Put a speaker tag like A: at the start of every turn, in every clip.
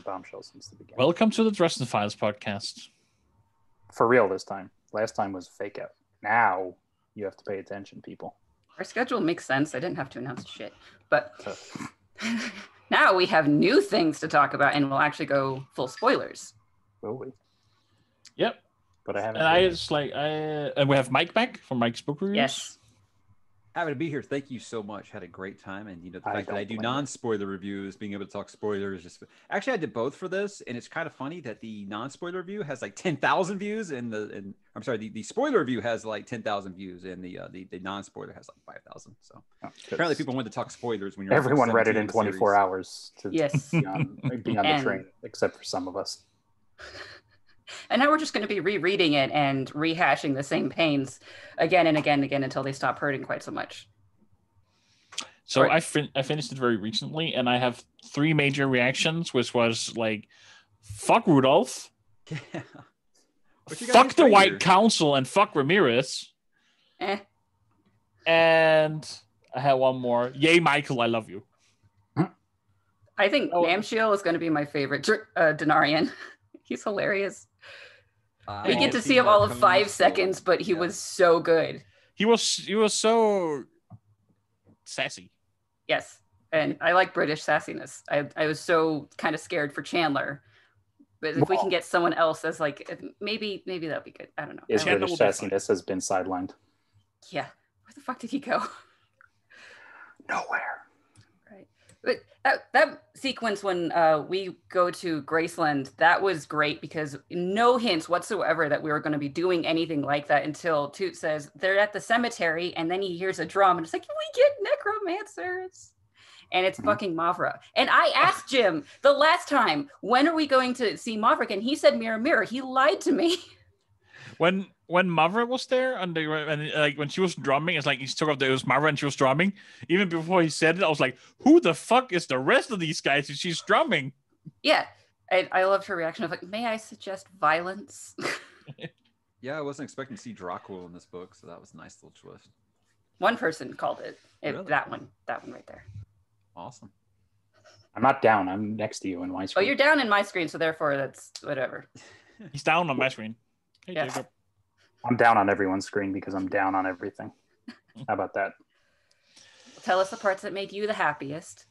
A: bombshell since the beginning.
B: Welcome to the Dresden Files podcast.
A: For real this time. Last time was fake out. Now you have to pay attention, people.
C: Our schedule makes sense. I didn't have to announce shit. But now we have new things to talk about and we'll actually go full spoilers.
A: Will we?
B: Yep.
A: But I haven't.
B: And I
A: really-
B: just like I and we have Mike back from Mike's book reviews.
C: Yes.
D: Happy to be here. Thank you so much. Had a great time, and you know the
A: I
D: fact that
A: don't
D: I do
A: blame you.
D: non-spoiler reviews, being able to talk spoilers, just actually I did both for this, and it's kind of funny that the non-spoiler review has like ten thousand views, and the and I'm sorry, the, the spoiler review has like ten thousand views, and the uh, the, the non-spoiler has like five thousand. So
A: Oh, good.
D: apparently, people want to talk spoilers when you're
A: Everyone read it in 24
D: hours.
A: hours to
C: Yes.
A: be on, be on the
C: And-
A: train, except for some of us.
C: And now we're just going to be rereading it and rehashing the same pains again and again and again until they stop hurting quite so much.
B: So
C: Right.
B: I fin- I finished it very recently, and I have three major reactions, which was like, "Fuck Rudolph,"
D: What you got
B: "Fuck
D: against
B: the White
D: Reindeer?
B: Council," and "Fuck Ramirez."
C: Eh.
B: And I had one more. Yay, Michael! I love you.
C: I think
B: Oh.
C: Namshiel is going to be my favorite Dr- uh, Denarian. He's hilarious.
B: I
C: We
B: won't
C: get to see him all of five seconds, but he
D: Yeah.
C: was so good.
B: He was he was so sassy.
C: Yes. And I like British sassiness. I, I was so kind of scared for Chandler. But if we
A: Well-
C: can get someone else as like maybe maybe that'd be good. I don't know.
A: Is
C: I like-
B: Chandler
A: British
B: will be fine.
A: sassiness has been sidelined
C: yeah. Where the fuck did he go?
A: nowhere.
C: Right. But that, that sequence when uh, we go to Graceland, that was great because no hints whatsoever that we were going to be doing anything like that until Toot says they're at the cemetery and then he hears a drum and it's like, we get necromancers. And it's
A: Mhm.
C: fucking Mavra. And I asked Jim the last time, when are we going to see Mavra? And he said, mirror, mirror. He lied to me.
B: When when Mavra was there and they were and like when she was drumming, it's like he took off the it was Mavra and she was drumming. Even before he said it, I was like, "Who the fuck is the rest of these guys?" If she's drumming.
C: yeah. I, I loved her reaction of like, may I suggest violence?
D: Yeah, I wasn't expecting to see Dracula in this book, so that was a nice little twist.
C: one person called it, it
D: Really?
C: that one, that one right there.
D: Awesome.
A: I'm not down. I'm next to you in my
C: Oh,
A: screen.
C: you're down in my screen, so therefore that's whatever.
B: He's down on my screen. Hey,
C: Yeah.
B: Jacob.
A: I'm down on everyone's screen because I'm down on everything. How about that?
C: Tell us the parts that made you the happiest.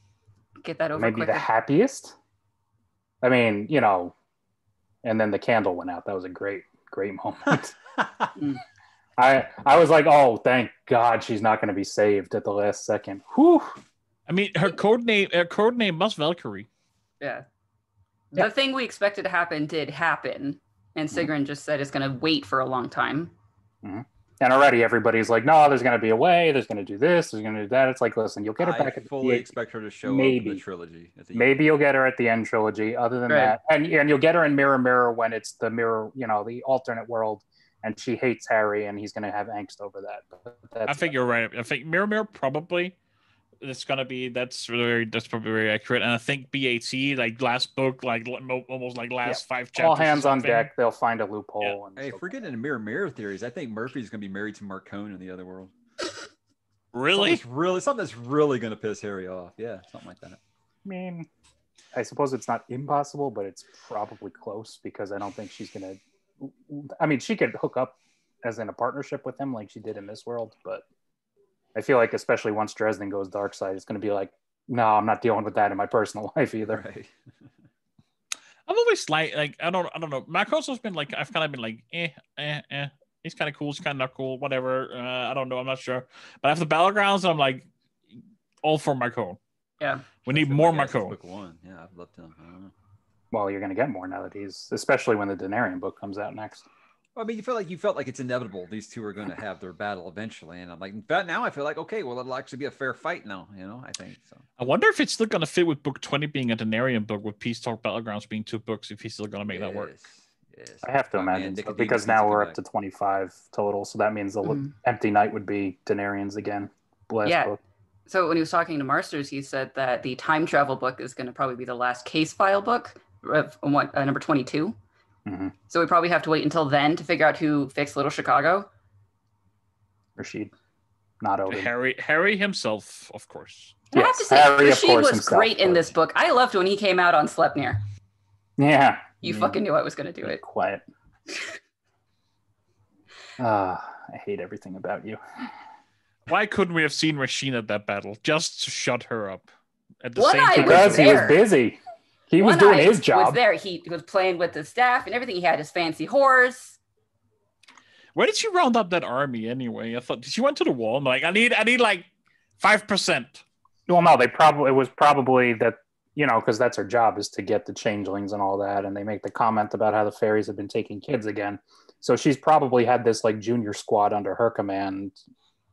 C: Get that over
A: Maybe
C: quicker.
A: the happiest. I mean, you know, and then the candle went out. That was a great, great moment. I I was like, oh, thank God she's not going to be saved at the last second. Whew.
B: I mean, her code name her code name was Valkyrie.
C: yeah.
A: Yeah.
C: The thing we expected to happen did happen, and
A: Mhm.
C: Sigrun just said it's going to wait for a long time.
A: And already everybody's like, no, there's going to be a way. There's going to do this. There's going to do that. It's like, listen, you'll get her
D: I
A: back at the
D: fully
A: PhD.
D: expect her to show up in
A: Maybe.
D: the trilogy. At the end.
A: Maybe you'll get her at the end trilogy. Other than
C: Right.
A: that, and and you'll get her in Mirror Mirror when it's the mirror, you know, the alternate world, and she hates Harry, and he's going to have angst over that. But that's
B: I think you're right. I think Mirror Mirror probably it's gonna be that's very that's probably very accurate. And I think BAT like last book like l- mo- almost like last five chapters.
A: all
B: or
A: hands on
B: something.
A: deck. They'll find a loophole. And
D: Hey, if
A: so-
D: we're getting into mirror mirror theories, I think Murphy's gonna be married to Marcone in the other world.
B: Really?
D: Something's really something that's really gonna piss Harry off. Yeah, something like that.
A: I mean, I suppose it's not impossible, but it's probably close because I don't think she's going to. I mean, she could hook up as in a partnership with him like she did in this world, but I feel like, especially once Dresden goes dark side, it's going to be like, no, I'm not dealing with that in my personal life either.
D: Right.
B: I'm always like like I don't I don't know. Marcos has been like I've kind of been like eh eh eh. He's kind of cool. He's kind of not cool. Whatever. Uh, I don't know. I'm not sure. But after battlegrounds, I'm like all for Marcone.
C: Yeah.
B: We
D: I
B: need
D: feel
B: more
D: like that's
B: Marcone.
D: Book one. Yeah, I've loved him. I don't know.
A: Well, you're going to get more now that he's, especially when the Denarian book comes out next.
D: I mean, you felt like you felt like it's inevitable. These two are going to have their battle eventually, and I'm like, in fact, now I feel like okay, well, it'll actually be a fair fight now. You know, I think so.
B: I wonder if it's still gonna fit with book 20 being a Denarian book with Peace Talk Battlegrounds being two books. If he's still gonna make that work.
D: Yes.
A: I have to
D: Oh, man,
A: imagine so,
D: Nicodemus
A: because
D: needs
A: now
D: come
A: we're up
D: back.
A: to 25 total. So that means the l-
D: Mm-hmm.
C: Mhm.
A: empty night would be Denarians again. Last
C: Yeah.
A: book.
C: So when he was talking to Marsters, he said that the time travel book is going to probably be the last case file book of what uh, number twenty two.
A: Mhm.
C: So we probably have to wait until then to figure out who fixed Little Chicago.
A: Rashid, not over.
B: Harry Harry himself, of course.
C: And I have
A: Yes,
C: to say,
A: Harry, of
C: Rashid
A: course,
C: was
A: himself,
C: great in
A: but-
C: this book. I loved when he came out on Slepnir.
A: Yeah.
C: You
A: Mm,
C: fucking knew I was gonna do it.
A: Quiet. uh, I hate everything about you.
B: Why couldn't we have seen Rasheen at that battle just to shut her up? At the
C: One
B: same
C: eye
B: time,
A: Because he was
C: there.
A: busy. He was
C: One
A: doing
C: Eye
A: his
C: Was
A: job.
C: there? He was playing with the staff and everything. He had his fancy horse.
B: where did she round up that army anyway? I thought she went to the wall. I'm like, I need, I need like five percent.
A: Well, no, they probably it was probably that you know because that's her job is to get the changelings and all that, and they make the comment about how the fairies have been taking kids again. So she's probably had this like junior squad under her command,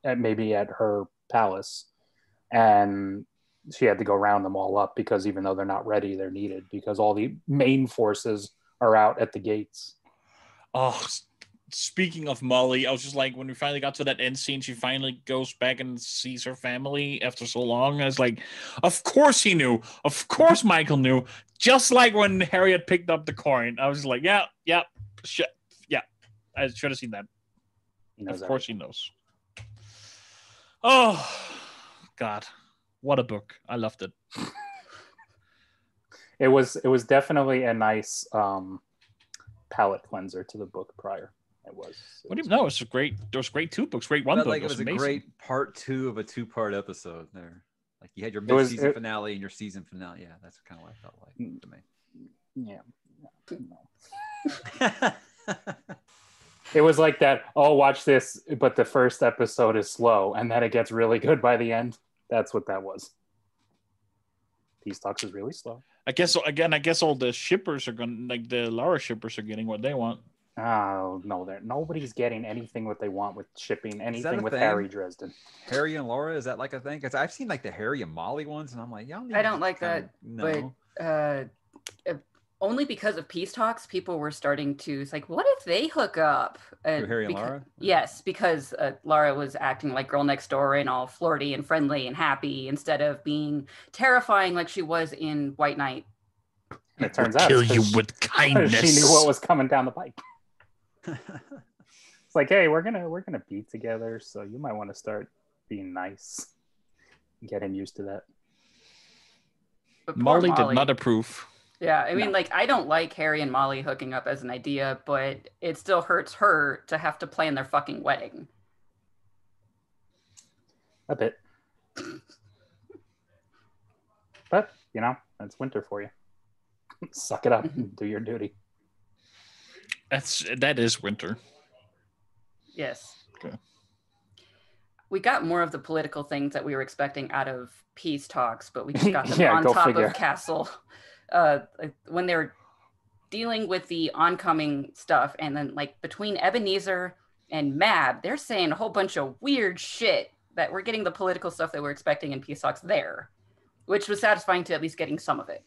A: at maybe at her palace, and she had to go round them all up because even though they're not ready, they're needed because all the main forces are out at the gates.
B: Oh, s- speaking of Molly, I was just like, when we finally got to that end scene, she finally goes back and sees her family after so long. I was like, of course he knew. Of course Michael knew. Just like when Harriet picked up the coin, I was like, yeah, yeah, sh- yeah. I should have seen that.
A: He knows
B: of course he knows. Oh God. What a book. I loved it.
A: everything. it was it was definitely a nice um, palate cleanser to the book prior. It was.
B: What do you know? It's a great there was great two books, great one
D: Felt
B: book.
D: like it was
B: amazing.
D: a great part two of a two part episode there. Like you had your
A: It was-
D: mid-season
A: it-
D: finale and your season finale. Yeah, that's kind of what I felt like to
A: Yeah. Mm.
D: me.
A: It was like that, oh, watch this, but the first episode is slow and then it gets really good by the end. That's what that was. These talks is really slow.
B: I guess again, I guess all the shippers are gonna like the Lara shippers are getting what they want.
A: Oh, no, there nobody's getting anything what they want with shipping
D: a
A: anything with
D: thing?
A: Harry Dresden.
D: Harry and Laura, is that like a thing? Because I've seen like the Harry and Molly ones, and I'm like, y'all.
C: I don't like
D: kinda-
C: that, Uh, if- only because of peace talks, people were starting to. It's like, what if they hook up? Uh,
D: Who, Harry and
C: becau-
D: Laura?
C: Yes, because uh, Laura was acting like girl next door and all flirty and friendly and happy instead of being terrifying like she was in White Knight.
A: And it turns out it's 'cause
B: with
A: she, 'cause she knew what was coming down the pike. It's like, hey, we're gonna we're gonna be together, so you might want to start being nice. Get him used to that.
C: But poor
B: Molly did not approve.
C: Yeah, I mean,
A: No.
C: like, I don't like Harry and Molly hooking up as an idea, but it still hurts her to have to plan their fucking wedding.
A: A bit. but, you know, that's winter for you. Suck it up and do your duty.
B: That's that is winter.
C: Yes.
B: Okay.
C: We got more of the political things that we were expecting out of peace talks, but we just got them
A: Yeah,
C: on
A: go
C: top
A: figure.
C: of Castle. Uh, like, when they're dealing with the oncoming stuff, and then like between Ebenezer and Mab, they're saying a whole bunch of weird shit that we're getting the political stuff that we're expecting in peace talks there, which was satisfying to at least getting some of it.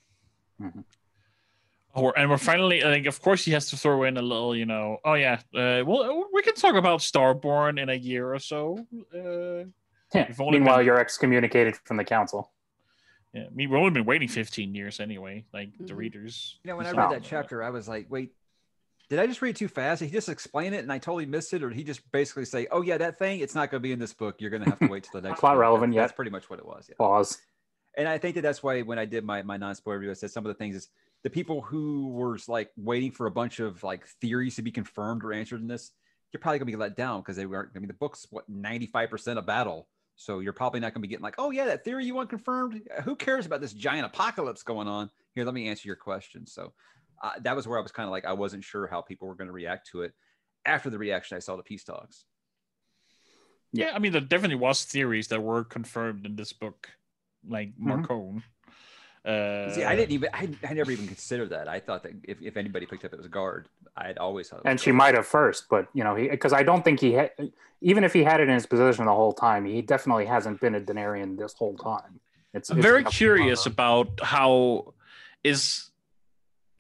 B: Oh, we're- and we're finally like, of course, he has to throw in a little, you know. Oh yeah, uh, well, we can talk about Starborn in a year or so. Uh, We've only
A: Meanwhile,
B: been-
A: you're excommunicated from the council.
B: yeah, I mean, we've only been waiting 15 years anyway. Like the
A: Mm-hmm.
C: Mhm.
B: readers,
D: You know, when I
A: It's
D: read
A: not-
D: that chapter, I was like, wait, did I just read it too fast? Did he just explain it and I totally missed it? Or did he just basically say, oh, yeah, that thing, it's not going to be in this book. You're going to have to wait till the next
A: Plot
D: one." That's-
A: relevant yet.
D: That's pretty much what it was. Yeah.
A: Pause.
D: And I think that that's why when I did my, my non spoiler review, I said some of the things is the people who were like waiting for a bunch of like theories to be confirmed or answered in this, you're probably going to be let down because they weren't. I mean, the book's what 95% of battle. So you're probably not going to be getting like, oh, yeah, that theory you want confirmed. Who cares about this giant apocalypse going on? Here, let me answer your question. So uh, that was where I was kind of like, I wasn't sure how people were going to react to it after the reaction I saw to Peace Talks.
B: yeah. I mean, there definitely was theories that were confirmed in this book, like Marcone. Uh,
D: See, I didn't even, I, I never even considered that. I thought that if, if anybody picked up it was guard, I had always thought. It was
A: And she
D: Guard.
A: might have first, but, you know, because I don't think he had, even if he had it in his possession the whole time, he definitely hasn't been a Denarian this whole time. It's,
B: I'm
A: it's
B: very
A: nothing
B: curious
A: on her.
B: about how is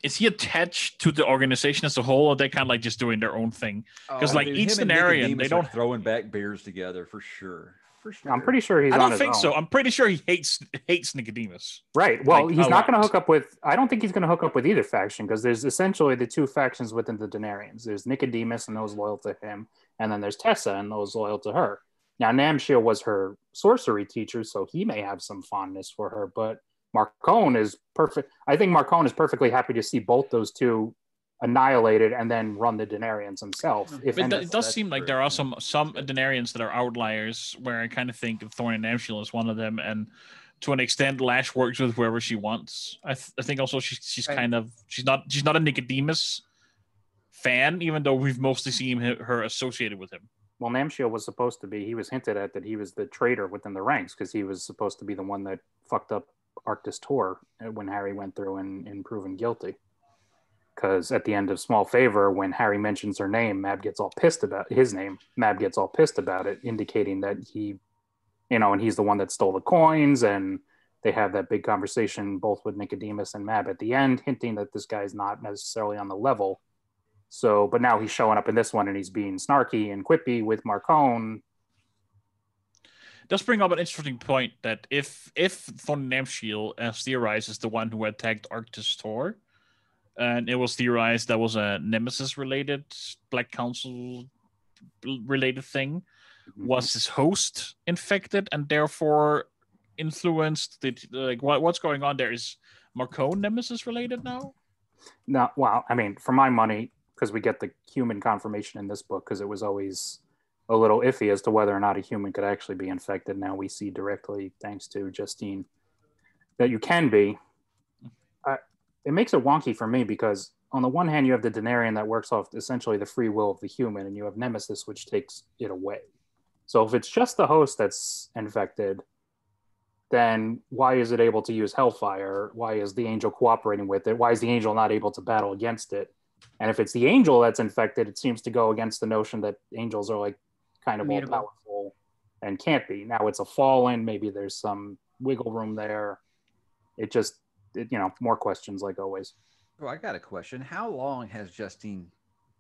B: is he attached to the organization as a whole, or they kind of like just doing their own thing? 'Cause, like, each
D: him Oh, and
B: scenario,
D: Nicodemus
B: they
D: are
B: don't-
D: throwing back beers together for sure. For sure.
A: I'm pretty sure he's
B: I
A: on
B: don't
A: his
B: think
A: own.
B: so. I'm pretty sure he hates hates Nicodemus.
A: Right. Well,
B: like,
A: he's
B: a
A: not going to
B: lot.
A: hook up with. I don't think he's going to hook up with either faction because there's essentially the two factions within the Denarians. There's Nicodemus and those loyal to him, and then there's Tessa and those loyal to her. Now, Namshil was her sorcery teacher, so he may have some fondness for her, but Marcone is perfect. I think Marcone is perfectly happy to see both those two annihilated and then run the Denarians himself. If
B: But it,
A: any-
B: do- it does
D: that's
B: seem like
D: true,
B: there
D: yeah.
B: are some some Denarians that are outliers, where I kind of think of Thorn and Amshiel as one of them, and to an extent, Lash works with whoever she wants. I, th- I think also she's she's
C: Right.
B: kind of she's not she's not a Nicodemus fan, even though we've mostly seen he- her associated with him.
A: well, Namshiel was supposed to be. He was hinted at that he was the traitor within the ranks because he was supposed to be the one that fucked up Arctis Tor when Harry went through and, and proven guilty. Because at the end of Small Favor, when Harry mentions her name, Mab gets all pissed about his name. Mab gets all pissed about it, indicating that he, you know, and he's the one that stole the coins. And they have that big conversation both with Nicodemus and Mab at the end, hinting that this guy's not necessarily on the level so, but now he's showing up in this one and he's being snarky and quippy with Marcone.
B: does bring up an interesting point that if if von Namshiel as uh, theorized is the one who attacked Arctis Tor, and it was theorized that was a nemesis related Black Council related thing,
A: Mm-hmm.
B: was his host infected and therefore influenced the like what, what's going on there is Marcone nemesis related now?
A: No, well, I mean, for my money, because we get the human confirmation in this book, because it was always a little iffy as to whether or not a human could actually be infected. Now we see directly, thanks to Justine, that you can be. I, it makes it wonky for me because, on the one hand, you have the Denarian that works off essentially the free will of the human, and you have Nemesis, which takes it away. So if it's just the host that's infected, then why is it able to use hellfire why is the angel cooperating with it why is the angel not able to battle against it and if it's the angel that's infected it seems to go against the notion that angels are like kind of all
C: Immutable.
A: powerful and can't be now it's a fallen maybe there's some wiggle room there it just it, you know more questions like always
D: Oh, I got a question. How long has Justine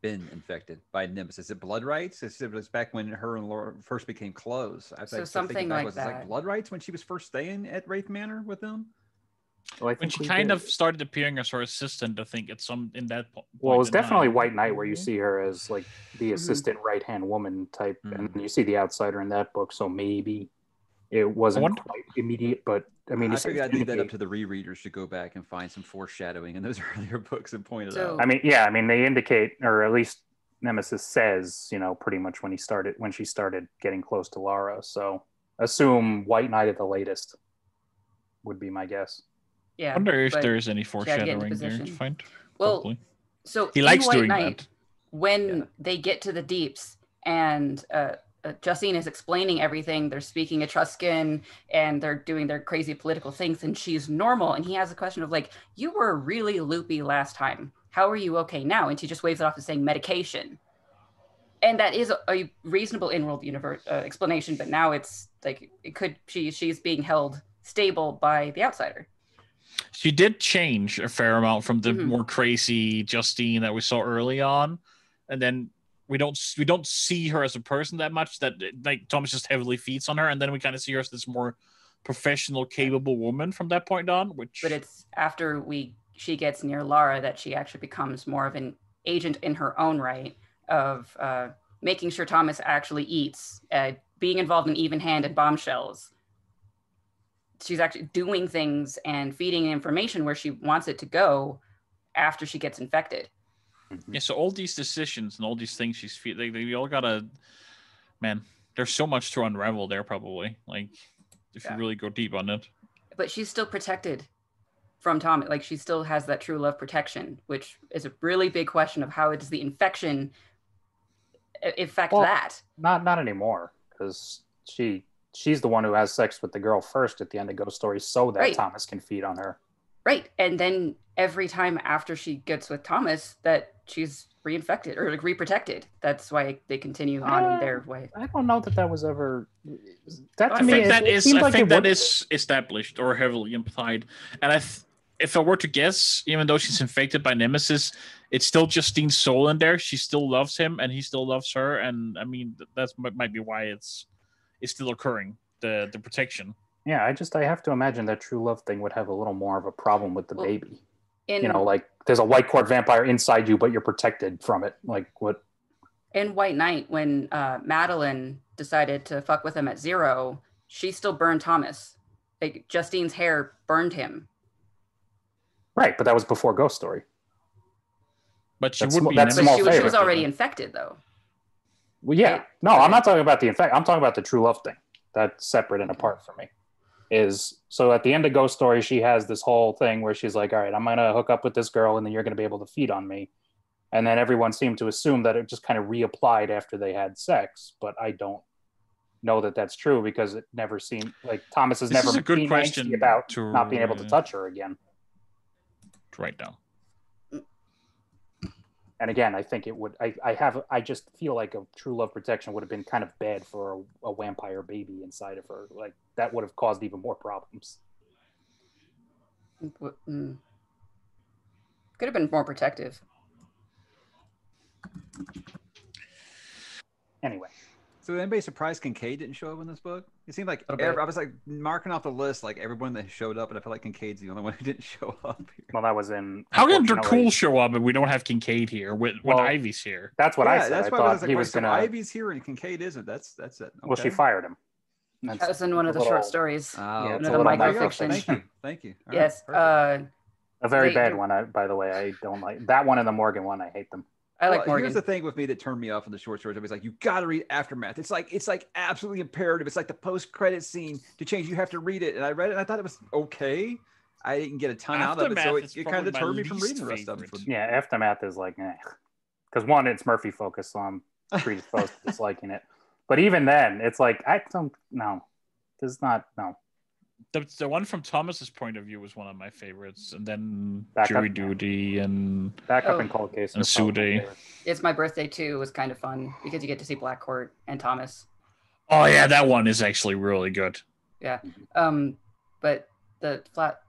D: been infected by Nimbus? Is it blood rights? Is it was back when her and Laura first became close? I was
C: So
D: like- I was thinking
C: something like
D: backwards. It's
C: that.
D: like blood rights when she was first staying at Wraith Manor with them.
A: well, I
B: When
A: think
B: she
A: we
B: kind
A: did.
B: of started appearing as her assistant, I think at some in that po- point.
A: well it was
B: in time.
A: definitely white knight Mm-hmm. where you see her as like the assistant right hand woman type and
D: Mhm.
A: you see the outsider in that book so maybe it wasn't
B: wonder-
A: quite immediate but i mean
D: I
A: it's-
D: figured I'd leave that up to the rereaders to go back and find some foreshadowing in those earlier books and point it
C: So-
D: out.
A: i mean yeah i mean they indicate or at least nemesis says you know pretty much when he started when she started getting close to lara so assume white knight at the latest would be my guess
B: I
C: Yeah.
B: wonder if
C: but-
B: there is any
C: get into
B: foreshadowing there.
C: position.
B: It's fine.
C: Well,
B: Probably.
C: so
B: he
C: in
B: likes
C: White
B: doing
C: Knight,
B: that.
C: when
D: Yeah.
C: they get to the deeps and uh, uh, Justine is explaining everything, they're speaking Etruscan and they're doing their crazy political things, and she's normal. And he has a question of like, "You were really loopy last time. How are you okay now?" And she just waves it off as saying medication, and that is a, a reasonable in-world universe uh, explanation. But now it's like it could she she's being held stable by the outsider.
B: She did change a fair amount from the
C: Mhm.
B: more crazy Justine that we saw early on, and then we don't we don't see her as a person that much. That like Thomas just heavily feeds on her, and then we kind of see her as this more professional, capable woman from that point on. Which
C: but it's after we she gets near Lara that she actually becomes more of an agent in her own right of uh, making sure Thomas actually eats, uh, being involved in even hand and bombshells. She's actually doing things and feeding information where she wants it to go after she gets infected.
A: Mm-hmm.
B: yeah, so all these decisions and all these things she's feeling, they, they all gotta man. There's so much to unravel there, probably. Like if
C: Yeah.
B: you really go deep on it.
C: But she's still protected from Thomas. Like she still has that true love protection, which is a really big question of how does the infection a- affect
A: Well,
C: that?
A: not not anymore because she she's the one who has sex with the girl first at the end of ghost story so that
C: Right.
A: thomas can feed on her
C: Right. And then every time after she gets with Thomas, that she's reinfected or like reprotected. That's why they continue on
D: Ah.
C: in their way.
A: I don't know that that was ever. That to
C: I
B: I
A: me
B: think
A: is,
B: that
A: it
B: is.
A: seemed
B: I
A: like
B: think
A: it
B: that
A: would-
B: is established or heavily implied. And I, th- if I were to guess, even though she's infected by Nemesis, it's still Justine's soul in there. She still loves him, and he still loves her. And I mean, th- that's mi- might be why it's it's still occurring. The the protection.
A: Yeah, I just I have to imagine that true love thing would have a little more of a problem with the
C: Well,
A: baby.
C: In
A: You know, like there's a white court vampire inside you, but you're protected from it. Like what?
C: in White Knight, when uh, Madeline decided to fuck with him at zero, she still burned Thomas like Justine's hair burned him.
A: Right, but that was before Ghost Story.
B: But she
A: That's
B: would
A: sm-
B: be.
A: that's
B: an
C: But
A: small
C: she,
B: enemy.
C: was- she
A: favor.
C: was already infected though.
A: Well, yeah.
C: Right.
A: No, I'm not talking about the infect. I'm talking about the true love thing. That's separate and apart for me. Is so at the end of Ghost Story, she has this whole thing where she's like, "All right, I'm gonna hook up with this girl, and then you're gonna be able to feed on me." And then everyone seemed to assume that it just kind of reapplied after they had sex, but I don't know that that's true because it never seemed like Thomas has
B: This
A: never
B: is a good
A: been
B: question
A: angsty about
B: to
A: not being able to
B: uh,
A: touch her again.
B: to write down.
A: and again, I think it would. I, I have. I just feel like a true love protection would have been kind of bad for a, a vampire baby inside of her. Like that would have caused even more problems.
C: W- mm. Could have been more protective.
A: Anyway,
D: So was anybody surprised Kincaid didn't show up in this book? It seemed like
C: A bit.
D: every, I was like marking off the list, like everyone that showed up, and I felt like Kincaid's the only one who didn't show up. Here.
A: well, that was in.
B: How can
A: unfortunately-
B: Dracul show up and we don't have Kincaid here when, when
A: Well,
B: Ivy's here?
A: That's what I
D: Yeah,
A: said.
D: That's
A: I
D: why
A: thought
D: I was like,
A: he
D: wait,
A: was
D: so
A: gonna.
D: Ivy's here and Kincaid isn't. That's that's it.
A: Well, she
D: Okay.
A: fired him.
C: That was in one of the
A: a
C: short
A: little- uh,
C: stories.
D: Oh,
A: Yeah,
D: okay.
A: it's a
D: Well,
A: little
D: there you go.
C: microfiction.
D: Thank you. Thank you. All right,
C: yes.
D: perfect.
C: uh,
A: A very
C: They-
A: bad
C: they-
A: one. I, by the way, I don't like that one and the Morgan one. I hate them.
C: I like
D: Well,
C: Morgan.
D: Here's the thing with me that turned me off on the short stories. I was like, you got to read aftermath. It's like it's like absolutely imperative. It's like the post credit scene to change. You have to read it. And I read it. and I thought it was okay. I didn't get a ton out of
B: Aftermath
D: it,
B: is
D: so it, it kind
B: probably
D: of
B: my
D: deterred me from
B: least
D: reading the rest of it.
B: favorite.
A: Yeah, aftermath is like, because one, it's Murphy focused, so I'm predisposed to disliking it. But even then, it's like I don't. No, this is not. No.
B: The, the one from Thomas's point of view was one of my favorites, and then
A: Back
B: Jury
A: up.
B: Duty and
A: Backup
C: Oh.
A: and cold case
B: And
A: are probably
B: Sude.
A: my favorite.
C: it's my birthday too. Was kind of fun because you get to see Black Court and Thomas.
B: oh yeah, that one is actually really good.
C: Um, but the flat,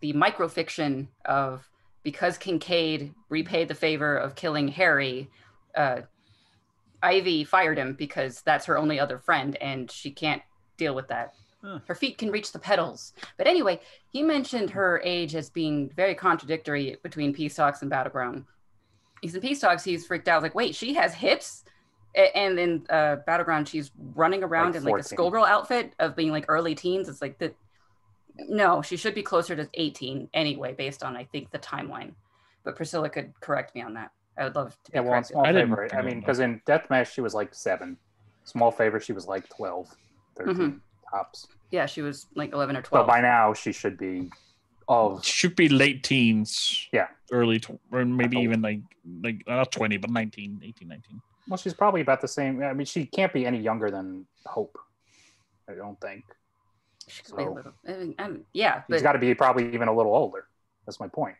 C: the microfiction of because Kincaid repaid the favor of killing Harry, uh, Ivy fired him because that's her only other friend, and she can't deal with that.
D: Huh.
C: Her feet can reach the pedals. But anyway, he mentioned her age as being very contradictory between Peace Talks and Battleground. He's in Peace Talks, he's freaked out, like, wait, she has hips? A- And in uh, Battleground, she's running around
A: Like
C: in like
A: 14.
C: a schoolgirl outfit of being like early teens. It's like that. No, she should be closer to 18 anyway, based on I think the timeline. But Priscilla could correct me on that. I would love to be
A: Yeah, well, in
C: corrected.
A: small
B: I didn't
A: favor. I
B: think
A: mean,
B: of
A: because in Deathmatch she was like seven. Small favor, she was like 12, 13 tops.
C: yeah, she was like 11 or
A: So
C: 12.
A: by now she should be of
B: Should be late teens.
A: Yeah.
B: Early, tw- or maybe
A: Oh.
B: even like like uh, not twenty, but 19, 18, 19.
A: well, she's probably about the same. I mean, she can't be any younger than Hope. I don't think
C: She could be a
A: So-
C: little. I mean, I'm, yeah,
A: she's
C: but
A: got to be probably even a little older. That's my point.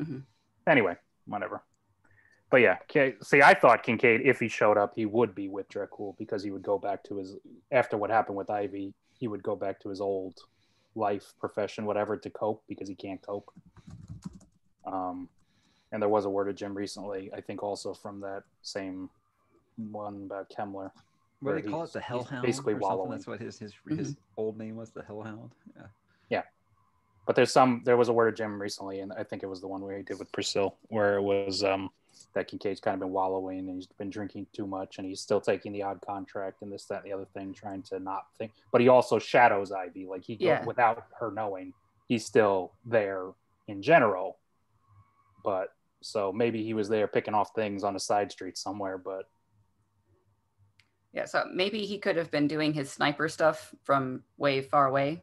C: Mhm.
A: Anyway, whatever. But yeah, K- see, I thought Kincaid, if he showed up, he would be with Dracul because he would go back to his after what happened with Ivy. He would go back to his old life, profession, whatever, to cope because he can't cope. Um, and there was a word of Jim recently, I think, also from that same one about Kemmler.
D: What do
A: where
D: they call it?
A: he's-
D: The
A: he's
D: Hellhound.
A: basically
D: or something?
A: wallowing.
D: That's what his his, his
C: Mm-hmm.
D: old name was. The Hellhound. Yeah.
A: but there's some there was a word of Jim recently, and I think it was the one where he did with Priscil, where it was um that Kincaid's kind of been wallowing and he's been drinking too much and he's still taking the odd contract and this, that, and the other thing, trying to not think but he also shadows Ivy. Like he
C: Yeah.
A: without her knowing, he's still there in general. But so maybe he was there picking off things on a side street somewhere, but
C: yeah, so maybe he could have been doing his sniper stuff from way far away.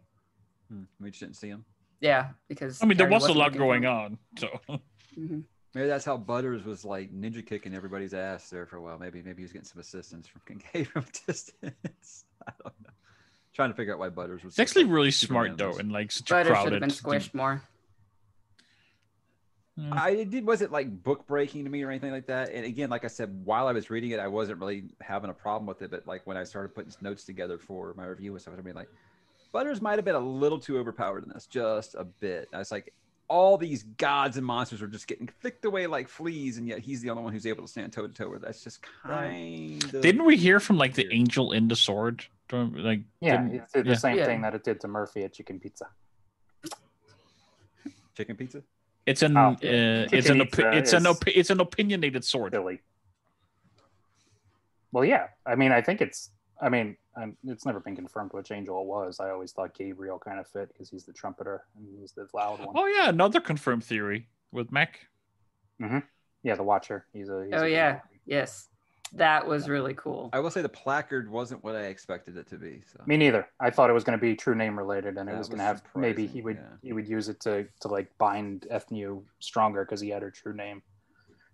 D: Hmm, We just didn't see him.
C: Yeah, because
B: I mean, there
C: Harry
B: was a
C: wasn't
B: lot
C: looking for
B: going
C: him.
B: on, so
C: Mhm.
D: Maybe that's how Butters was like ninja kicking everybody's ass there for a while. Maybe maybe he was getting some assistance from Kincaid from a distance. I don't know. Trying to figure out why Butters was.
B: it's actually really
D: Super
B: smart though,
D: nervous.
B: and like such a
C: Butter should
B: crowded.
C: have been squished more.
B: Yeah.
D: I it did wasn't like book breaking to me or anything like that. And again, like I said, while I was reading it, I wasn't really having a problem with it. But like when I started putting notes together for my review and stuff, I mean, like Butters might have been a little too overpowered in this, just a bit. I was like, all these gods and monsters are just getting flicked away like fleas, and yet he's the only one who's able to stand toe to toe with. That's just kind of.
B: Didn't we hear from like the
D: Weird.
B: angel in the sword? Don't- Like
A: yeah,
B: didn't-
A: it did the
B: yeah.
A: same
C: Yeah.
A: thing that it did to Murphy at Chicken Pizza.
D: chicken pizza?
B: It's an
A: Oh.
B: uh, it's an opi-
A: Pizza
B: it's an
A: is-
B: opi- it's an opinionated sword.
A: Billy. Well, yeah. I mean, I think it's I mean, i it's never been confirmed which angel it was. I always thought Gabriel kind of fit because he's the trumpeter and he's the loud one.
B: Oh yeah, another confirmed theory with Mac.
A: Yeah, the Watcher. He's a. He's
C: Oh,
A: a-
C: yeah. Yes. That was really cool.
D: I will say the placard wasn't what I expected it to be. So
A: Me neither. I thought it was going to be true name related, and it
D: That
A: was, going to
D: was
A: have maybe he
D: surprising,
A: would
D: yeah.
A: he would use it to to like bind Ethnew stronger because he had her true name.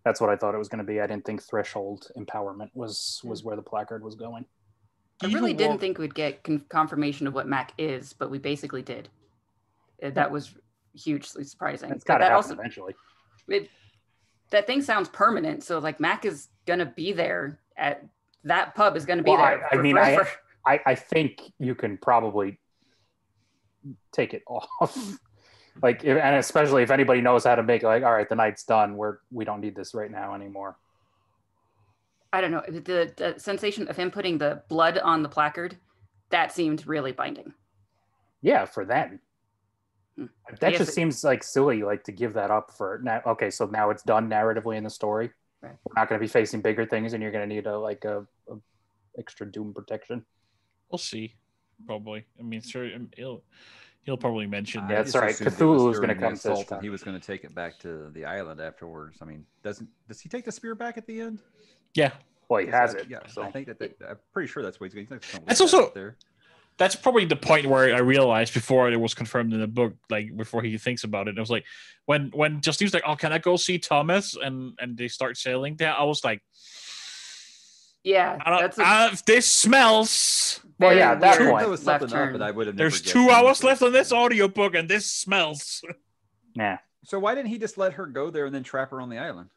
A: That's what I thought it was going to be. I didn't think threshold empowerment was
C: Hmm.
A: was where the placard was going.
C: I
B: Even
C: really
B: Wal-
C: didn't think we'd get con- confirmation of what Mac is, but we basically did. Uh, That was hugely surprising.
A: It's
C: But
A: got to
C: that
A: happen
C: also
A: eventually.
C: it, that thing sounds permanent. So like Mac is gonna be there at that pub is gonna be
A: Well, I-
C: there.
A: I mean, I-
C: forever.
A: I I think you can probably take it off. Like if- and especially if anybody knows how to make it, like all right the night's done we're we don't need this right now anymore
C: I don't know the, the sensation of him putting the blood on the placard. That seemed really binding.
A: Yeah, for them.
C: Hmm.
A: That
C: Yes,
A: just
C: it-
A: seems like silly, like to give that up for now. Okay, so now it's done narratively in the story.
C: Right.
A: We're not going to be facing bigger things, and you're going to need a like a, a extra doom protection.
B: We'll see. Probably. I mean, sure. um, He'll he'll probably mention
A: Yeah,
B: that.
A: that's all right. Cthulhu's gonna come to this
D: to
A: town.
D: He was going to take it back to the island afterwards. I mean, doesn't does he take the spear back at the end?
B: Yeah,
A: Well, he has
D: I-
A: it.
D: Yeah,
A: so
D: I think that, that- I'm pretty sure that's what he's going to.
B: That's also-
D: there.
B: that's probably the point where I realized before it was confirmed in the book, like before he thinks about it. I was like, when when Justine's like, "Oh, can I go see Thomas?" and and they start sailing there, I was like,
C: Yeah,
B: I don't,
C: that's a
B: uh, "This smells."
A: Well,
C: very
A: Oh, yeah, at that
C: weird
A: point-
D: There was
C: left
D: something up,
C: turn.
D: but I would have.
B: There's
D: never
B: two
D: guessed.
B: hours left on this audiobook, and this smells.
A: yeah.
D: So why didn't he just let her go there and then trap her on the island?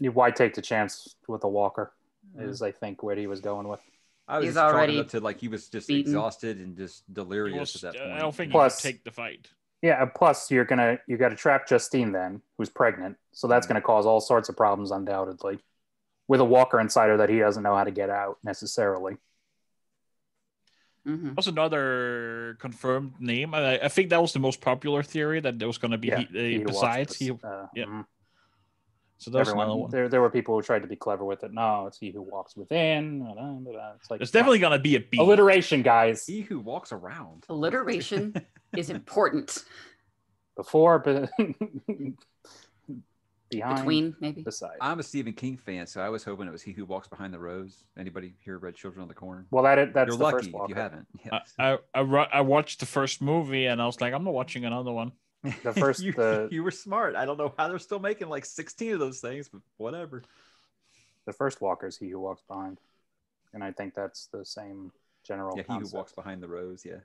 A: You- Why take the chance with a walker?
D: Hmm.
A: Is I think where he was going with.
D: I was
C: He's
D: just chalking
C: already
D: up to like he was just
C: beaten.
D: exhausted and just
B: It
D: delirious
B: was-
D: at that point.
B: uh, I don't think
A: Plus-
B: you can take the fight.
A: Yeah. and Plus, you're gonna you got to trap Justine then, who's pregnant. So that's
B: Mm.
A: gonna cause all sorts of problems, undoubtedly, with a walker inside her that he doesn't know how to get out necessarily.
C: Mhm.
B: was another confirmed name. I, I think that was the most popular theory that there was going to be.
A: Yeah,
B: he, uh,
A: He watched
B: besides,
A: this,
B: he,
A: uh,
B: yeah.
A: mhm.
B: so that was another
A: everyone
B: one.
A: there, there were people who tried to be clever with it no it's he who walks within da, da, da, da. it's like
B: There's definitely going to be a beat.
A: alliteration guys
D: He who walks around.
C: Alliteration is important.
A: before but behind
C: Between maybe.
A: beside
D: I'm a Stephen King fan, so I was hoping it was he who walks behind the rose. Anybody here read Children of the Corn?
A: well that that's
D: You're
A: the
D: lucky
A: first
D: if you
A: walker
D: haven't.
B: I,
D: Yes.
B: I, I, ru- I watched the first movie and I was like, I'm not watching another one.
A: the first,
D: you,
A: the-
D: you were smart. I don't know how they're still making like 16 of those things, but whatever.
A: the first walker is he who walks behind and i think that's the same general
D: yeah, he
A: concept.
D: who walks behind the rose. Yeah.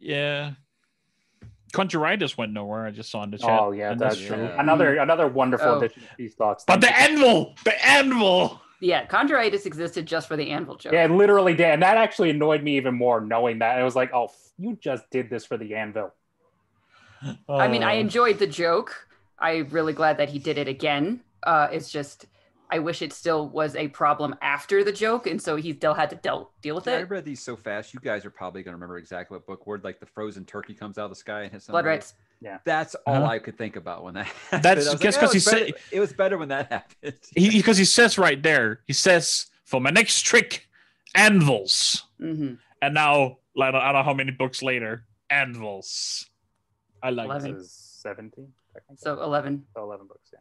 B: Yeah. Conjuritis went nowhere. I just saw in the chat.
A: oh yeah
B: and
A: that's
D: that's
A: true
D: true.
A: another another wonderful
C: Oh.
A: addition to these thoughts
B: But
A: Thank
B: the anvil! The anvil!
C: Yeah, Chondritis existed just for the anvil joke.
A: Yeah, it literally did. And that actually annoyed me even more knowing that. It was like, oh, f- you just did this for the anvil.
C: I mean, I
B: Oh.
C: enjoyed the joke. I'm really glad that he did it again. Uh, it's just, I wish it still was a problem after the joke, and so he still had to deal deal with
D: I
C: it.
D: read these so fast. You guys are probably going to remember exactly what book word like the frozen turkey comes out of the sky and hits
C: Blood
D: somebody.
C: rights.
D: That's all
B: Uh-huh.
D: I could think about when that happened.
B: That's
D: I was
B: just
D: like,
B: 'cause
D: "Oh, it's
B: you
D: better-
B: said-
D: it was better when that happened.
B: He Because he says right there, he says, for my next trick, anvils.
C: hmm
B: And now, like, I don't- I don't know how many books later, anvils. I like
A: This
C: Eleven.
B: it.
A: is 17, technically.
C: So eleven.
A: So 11 books, yeah.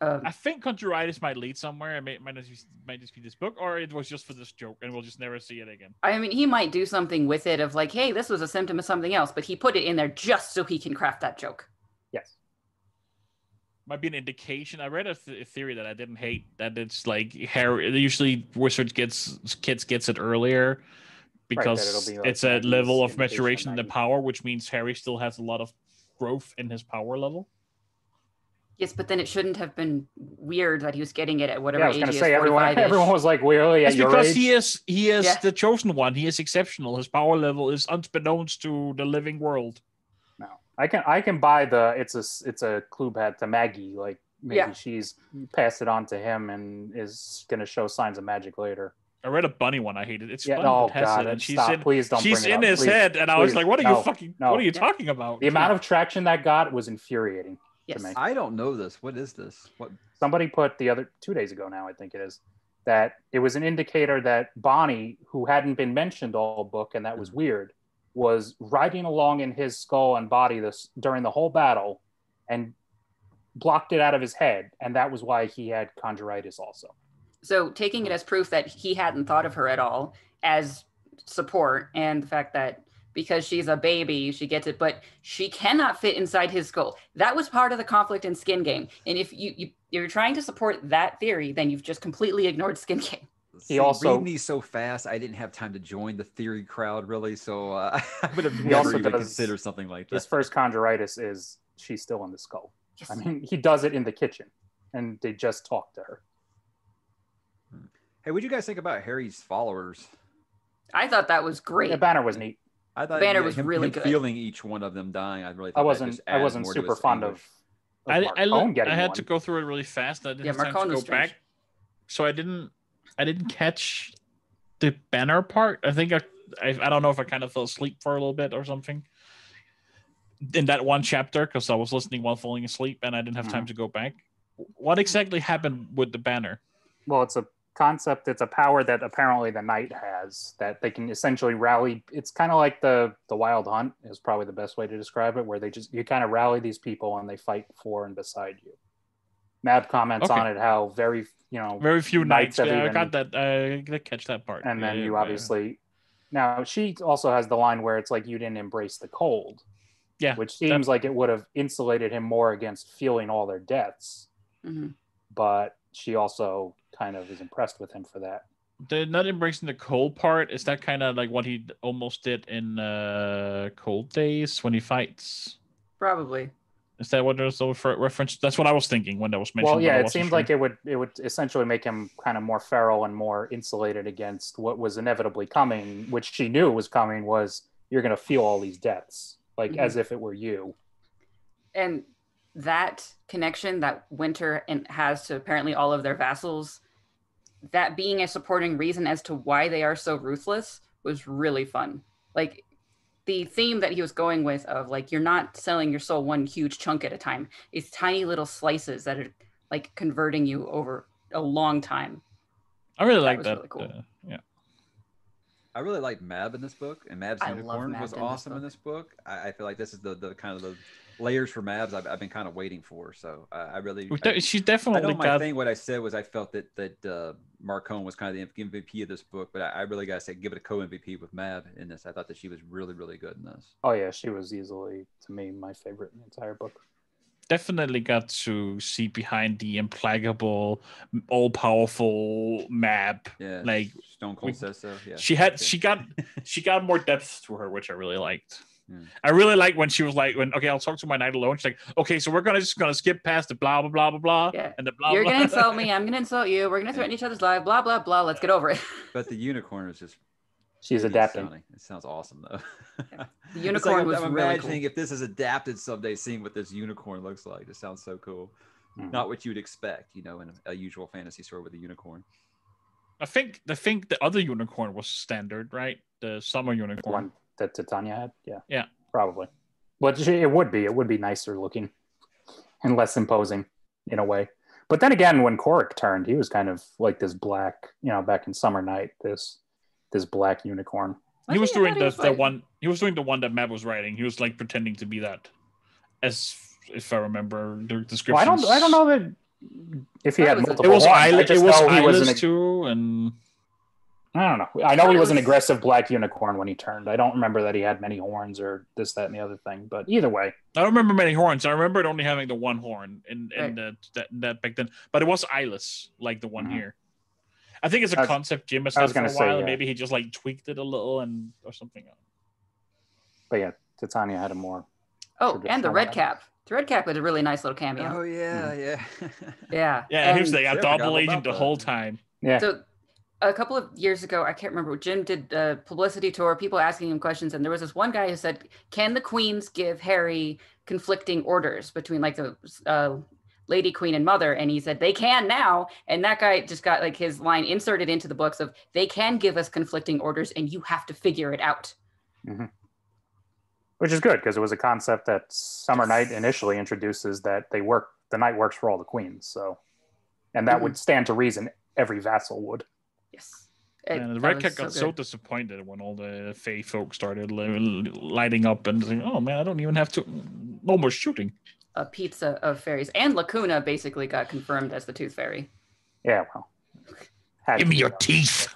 C: Um,
B: I think Conjuritis might lead somewhere. It may, might, not just, might just be this book, or it was just for this joke, and we'll just never see it again.
C: I mean, he might do something with it of like, hey, this was a symptom of something else, but he put it in there just so he can craft that joke.
A: Yes.
B: Might be an indication. I read a, th- a theory that I didn't hate that it's like Harry. Usually, wizards gets kids gets it earlier because
A: it'll be like
B: it's a
A: Maggie's
B: level of
A: indication of
B: maturation in the
A: Maggie.
B: power, which means Harry still has a lot of growth in his power level.
C: Yes, but then it shouldn't have been weird that he was getting it at whatever
A: yeah, I was
C: age
A: going
C: he
A: to
C: is.
A: say, everyone,
C: 45-ish.
A: everyone was like, really, at
B: That's
A: your
B: because
A: age?
B: he is he is
C: Yeah.
B: the chosen one. He is exceptional. His power level is unbeknownst to the living world.
A: No. I can I can buy the, it's a, s- it's a clue hat to Maggie. Like, maybe
C: Yeah.
A: she's passed it on to him and is going to show signs of magic later.
B: I read a bunny one. I hated. It's
A: Yeah,
B: funny.
A: no,
B: it has
A: God,
B: it, oh, and
A: and
B: she's
A: stop.
B: in
A: Please don't
B: she's
A: bring it
B: in
A: up.
B: his
A: Please.
B: head, and I was
A: please,
B: like, "What are
A: no,
B: you fucking?
A: no.
B: What are you talking about?"
A: The amount of traction that got was infuriating.
C: Yes.
A: make.
D: I don't know this. What is this? What?
A: somebody put the other two days ago now i think it is that it was an indicator that bonnie who hadn't been mentioned all book and that was
B: Mm-hmm.
A: weird was riding along in his skull and body this during the whole battle and blocked it out of his head and that was why he had conjuritis also
C: So taking it as proof that he hadn't thought of her at all as support and the fact that because she's a baby, she gets it, but she cannot fit inside his skull. That was part of the conflict in Skin Game. And if you, you you're trying to support that theory, then you've just completely ignored Skin Game.
D: He
A: also-
D: reading these so fast. I didn't have time to join the theory crowd really, so uh, I would have
A: He
D: never
A: also
D: even
A: does-
D: considered something like
A: his
D: this.
A: first conjuritis is she's still in the skull
C: Yes.
A: i mean he does it in the kitchen and they just talk to her
D: Hey, what do you guys think about Harry's followers?
C: I thought that was great.
A: the banner was neat
D: I thought
C: Banner was really good.
D: Feeling each one of them dying, I really.
A: i
D: thought that
A: wasn't
D: just
A: i
D: added
A: wasn't
D: more to
A: super
D: his
A: fond
D: anguish.
A: of,
B: I,
A: of
B: I,
A: Marcone
B: looked-
A: getting
B: I had
A: one.
B: to go through it really fast. I didn't
C: Yeah,
B: have time
C: Marcone
B: to go
C: was strange.
B: back, so I didn't. I didn't catch the banner part. I think I, I. I don't know if I kind of fell asleep for a little bit or something in that one chapter because I was listening while falling asleep and I didn't have time
A: Mm.
B: to go back. What exactly happened with the banner?
A: well it's a concept it's a power that apparently the knight has that they can essentially rally it's kind of like the the wild hunt is probably the best way to describe it where they just you kind of rally these people and they fight for and beside you mab comments
B: Okay.
A: on it how very you know
B: Very few
A: Knights
B: nights.
A: have
B: Yeah, I
A: even-
B: got that. I did catch that part.
A: and then
B: Yeah,
A: you
B: yeah.
A: obviously now she also has the line where it's like you didn't embrace the cold
B: Yeah,
A: which seems like it would have insulated him more against feeling all their deaths
C: Mhm.
A: but she also kind of is impressed with him for that
B: the not embracing the cold part is that kind of like what he almost did in uh cold days when he fights
C: Probably.
B: is that what there's the refer- reference that's what i was thinking when that was mentioned
A: well
B: but
A: yeah
B: I
A: it
B: wasn't
A: seemed
B: sure.
A: like it would it would essentially make him kind of more feral and more insulated against what was inevitably coming which she knew was coming was you're going to feel all these deaths like
C: Mhm.
A: as if it were you
C: and that connection that winter and has to apparently all of their vassals that being a supporting reason as to why they are so ruthless was really fun like the theme that he was going with of like you're not selling your soul one huge chunk at a time it's tiny little slices that are like converting you over a long time
B: i really
C: that
B: like
C: was
B: that,
C: really cool.
B: uh, yeah
D: I really like Mab in this book, and Mab's
C: I love
D: unicorn
C: Mab
D: was
C: in this
D: awesome in
C: book.
D: this book. I, I feel like this is the the kind of the layers for Mabs I've, I've been kind of waiting for. So uh, I really,
B: We've
D: I,
B: de- she
D: I
B: definitely
D: know my
B: got
D: thing. What I said was I felt that that uh, Marcone was kind of the MVP of this book, but I, I really gotta say, give it a co MVP with Mab in this. I thought that she was really, really good in this.
A: oh yeah she was easily to me my favorite in the entire book
B: definitely got to see behind the implacable all-powerful map
D: Yeah,
B: Like,
D: Stone
B: we-
D: Cold says so. Yeah,
B: she had
D: Okay.
B: she got she got more depth to her which i really liked
D: Hmm.
B: i really like when she was like when okay i'll talk to my knight alone she's like okay so we're gonna just gonna skip past the blah blah blah blah blah
C: Yeah.
B: and the blah
C: you're
B: blah
C: gonna insult me i'm gonna insult you we're gonna threaten each other's lives blah blah blah let's get over it
D: but the unicorn is just
A: she's
D: pretty
A: adapting
D: sounding. It sounds awesome though.
C: the
D: It's like
C: unicorn
D: I'm-
C: was
D: I'm
C: really cool
D: imagining if this is adapted someday, seeing what this unicorn looks like. It sounds so cool.
A: Mhm.
D: Not what you'd expect, you know, in a, a usual fantasy story with a unicorn.
B: I think I think the other unicorn was standard, right? The summer
A: the
B: unicorn.
A: one that titania had yeah
B: Yeah.
A: probably but she, it would be it would be nicer looking and less imposing in a way but then again when Korik turned he was kind of like this black you know back in summer night this this black unicorn
B: He was
C: Wasn't
B: doing
C: that
B: the, the
C: like-
B: one he was doing the one that Matt was writing. He was like pretending to be that. As if I remember the description.
A: Well, I don't. I don't know that if he
C: That
A: had
C: was a-
A: multiple.
B: It was
A: horns. I
B: Isla, it
A: just
B: was
A: know he was
B: Isla's
A: an,
B: too, and
A: I don't know. I know he
C: It
A: was an
C: was-
A: aggressive black unicorn when he turned. I don't remember that he had many horns or this, that, and the other thing. But either way,
B: I don't remember many horns. I remembered only having the one horn in, in
C: Right.
B: the, that that back then. But it was eyeless, like the one
A: Mhm.
B: here. I think it's a
A: I was-
B: concept Jim has
A: I
B: had
A: was
B: for a
A: gonna say,
B: while.
A: yeah.
B: Maybe he just like tweaked it a little and or something.
A: but yeah, Titania had a more.
C: oh and the
A: Traditional
C: red
A: one.
C: cap the red cap was a really nice little cameo
D: Oh yeah,
A: Mm-hmm.
D: yeah.
C: Yeah.
B: Yeah, he was
C: and
B: like
D: I
B: a
D: forgot
B: double
D: about
B: agent the
D: that.
B: whole time.
A: Yeah,
C: So a couple of years ago, I can't remember, Jim did a publicity tour, people asking him questions. And there was this one guy who said, Can the queens give Harry conflicting orders between like the uh, lady queen and mother? And he said, They can now. And that guy just got like his line inserted into the books of, They can give us conflicting orders and you have to figure it out.
A: which is good because it was a concept that Summer Night initially introduces that they work the night works for all the queens. So, and that would stand to reason every vassal would.
C: Yes.
B: and the
C: that
B: Red
C: was
B: Cat got so,
C: good.
B: disappointed when all the Fae folk started li- lighting up and saying, "Oh man, I don't even have to, no more shooting."
C: a pizza of fairies. And Lacuna basically got confirmed as the Tooth Fairy.
A: Yeah, well, had
B: Give
A: to
B: me
A: be
B: your
A: done.
B: teeth.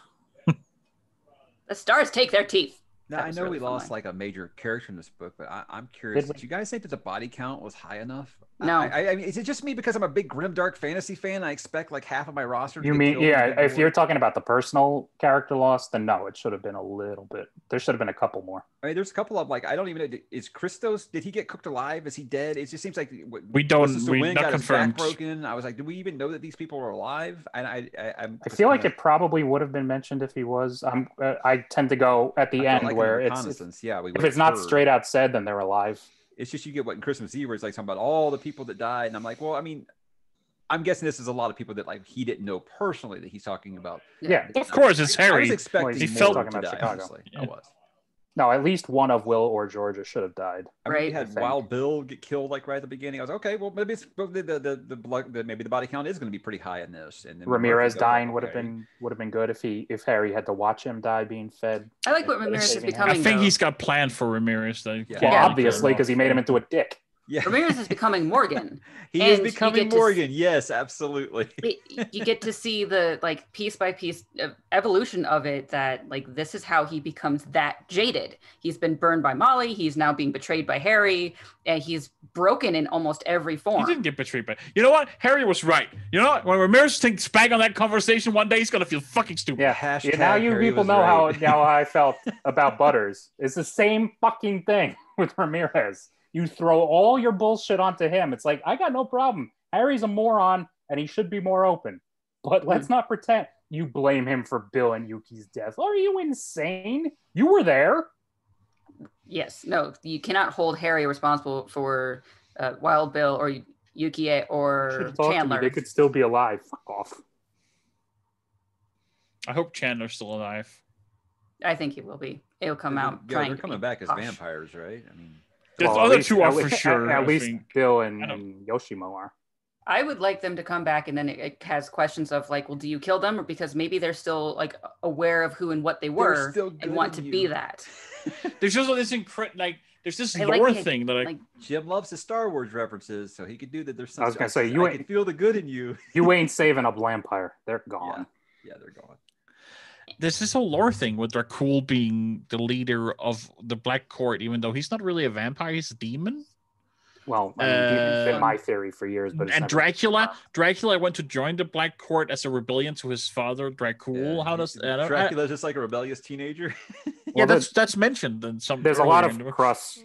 C: The stars take their teeth.
D: Now
C: That
D: I
C: was
D: know
C: really
D: we
C: fun
D: lost
C: line.
D: like a major character in this book, but I, I'm curious.
A: we?
D: Did, you guys think that the body count was high enough? I-
C: No.
D: I, I mean, is it just me because I'm a big grimdark fantasy fan? I expect like half of my roster. To
A: You
D: get
A: mean
D: killed and
A: yeah?
D: be
A: If
D: bored?
A: you're talking about the personal character loss, then no, it should have been a little bit. There should have been a couple more.
D: I mean, there's a couple of like I don't even know. Is Christos? Did he get cooked alive? Is he dead? It just seems like what,
B: We don't.
D: Mrs.
B: We
D: Nguyen
B: not
D: got his back
B: confirmed.
D: broken. I was like, do we even know that these people are alive? And I, I, I'm
A: I
D: just
A: feel like
D: kinda-
A: it probably would have been mentioned if he was. I'm. Uh, I tend to go at the
D: I felt
A: end
D: like in
A: where it's if,
D: reconnaissance, yeah. We
A: if
D: would've
A: it's not
D: heard.
A: straight out said, then they're alive.
D: it's just you get what in Christmas Eve where it's like talking about all the people that died, and I'm like, well, I mean, I'm guessing this is a lot of people that like he didn't know personally that he's talking about.
A: Yeah.
B: Of course, it's
D: I
B: Harry.
D: was expecting
A: He
D: more
B: felt-
D: to
A: Talking about
D: die,
A: Chicago.
D: honestly. I
B: Yeah.
D: was.
A: No, at least one of Will or Georgia should have died.
D: I mean,
C: Right.
D: we
A: I
D: had
A: think.
D: Wild Bill get killed like right at the beginning. I was okay. Well, maybe it's the the the, the, blood, the maybe the body count is going to be pretty high in this. And then when Murphy
A: Ramirez
D: goes, I was like,
A: dying would have
D: okay.
A: been would have been good if he if Harry had to watch him die being fed.
C: I like what
A: Yeah,
C: Ramirez is
A: saving
C: becoming.
B: I think
C: though.
B: he's got planned for Ramirez. Though.
D: Yeah.
A: Well,
C: Yeah.
A: obviously, because he made him into a dick.
D: Yeah,
C: Ramirez is becoming Morgan.
D: he
C: and
D: is
C: you
D: becoming
C: get to s-
D: Morgan. Yes, absolutely.
C: It- you get to see the like piece by piece uh, evolution of it that like this is how he becomes that jaded he's been burned by molly he's now being betrayed by harry and he's broken in almost every
B: He
C: form
B: didn't get betrayed, but you know what? Harry was right. You know what? When Ramirez thinks back on that conversation one day, he's gonna feel fucking stupid.
A: Yeah.
D: Hashtag
A: now you
D: Harry
A: people
D: was
A: know how
D: right.
A: now how I felt about Butters. It's the same fucking thing with Ramirez. You throw all your bullshit onto him. It's like I got no problem. Harry's a moron, and he should be more open. But let's not pretend you blame him for Bill and Yuki's death. Are you insane? You were there.
C: yes no you cannot hold harry responsible for uh, wild bill or yukie or
A: Should've talked to me.
C: chandler
A: They could still be alive. Fuck off.
B: I hope Chandler's still alive.
C: i think he will be it'll come
D: Yeah,
C: out
D: they're
C: trying to
D: coming
C: be
D: back as
C: posh.
D: vampires, right? I mean,
B: The
A: Well, at
B: other
A: least-
B: two
A: at
B: are
A: lea-
B: for sure.
A: At,
B: I
A: least
B: think.
A: Bill and,
B: I don't-
A: and Yoshimo are.
C: I would like them to come back, and then it, it has questions of like, well, do you kill them, or because maybe they're still like aware of who and what they were
D: still good
C: and want
D: at
C: to
D: you.
C: be that.
B: There's just this incre- like there's this
C: I like
B: lore
C: the-
B: thing that I
C: like-
D: Jim loves his Star Wars references, so he could do that. There's some
A: I was gonna
D: I-
A: say, you
D: I
A: ain't-
D: can feel the good in you.
A: You ain't saving a Blampire. They're gone.
D: Yeah, they're gone.
B: there's this whole lore thing with Dracul being the leader of the Black Court, even though he's not really a vampire, he's a demon.
A: Well, I mean, it's been
B: Uh,
A: my theory for years, but it's
B: and
A: never-
B: Dracula, Dracula went to join the Black Court as a rebellion to his father, Dracul.
D: Yeah,
B: How
D: he-
B: does I don't- I-
D: Dracula's just like a rebellious teenager?
B: yeah,
A: Well,
B: that's that's mentioned in some.
A: there's a lot
B: earlier in
A: of
B: the book.
A: cross.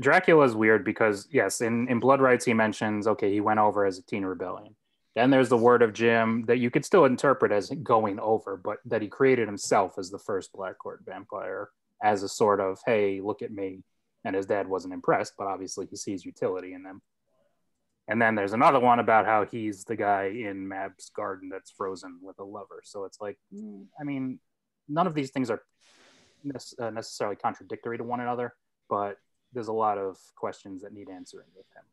A: Dracula's weird because yes, in in Blood Rights he mentions okay he went over as a teen rebellion. Then there's the word of Jim that you could still interpret as going over, but that he created himself as the first Black Court vampire as a sort of hey look at me, and his dad wasn't impressed, but obviously he sees utility in them. And then there's another one about how he's the guy in Mab's garden that's frozen with a lover. So it's like, mm, I mean, none of these things are nec- uh, necessarily contradictory to one another, but there's a lot of questions that need answering with him.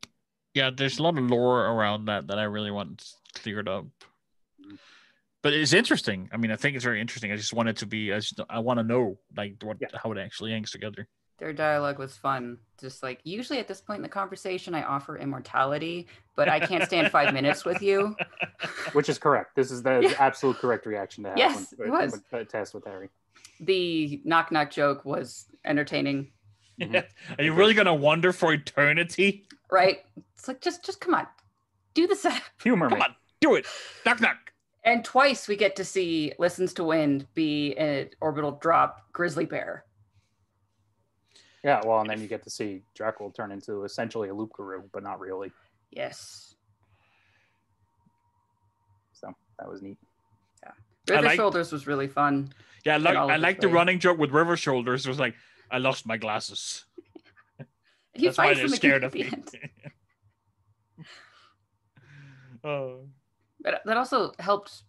B: Yeah, there's a lot of lore around that that I really want cleared up. But it's interesting. I mean, I think it's very interesting. I just want it to be. I just I want to know like what
A: Yeah.
B: how it actually hangs together.
C: Their dialogue was fun. Just like usually at this point in the conversation, I offer immortality, but I can't stand five minutes with you.
A: Which is correct. This is the
C: Yeah.
A: absolute correct reaction to have
C: Yes,
A: when,
C: it was.
A: when- uh, test with Harry.
C: The knock knock joke was entertaining,
A: Mhm.
B: Are you really gonna wonder for eternity?
C: right? It's like just just come on, do this.
A: Humor me.
B: Come on, do it. Knock knock.
C: And twice we get to see listens to wind be an orbital drop grizzly bear.
A: Yeah, well, and then you get to see Dracula turn into essentially a loop guru, but not really.
C: Yes.
A: So that was neat.
B: I
C: River
B: like-
C: Shoulders was really fun.
B: Yeah, I like
C: all of
B: I
C: his
B: like the
C: ways.
B: running joke with River Shoulders. It was like, I lost my glasses.
C: He
B: That's why they're
C: finds them again
B: scared
C: at
B: of
C: the
B: me.
C: end.
B: oh,
C: But that also uh, helped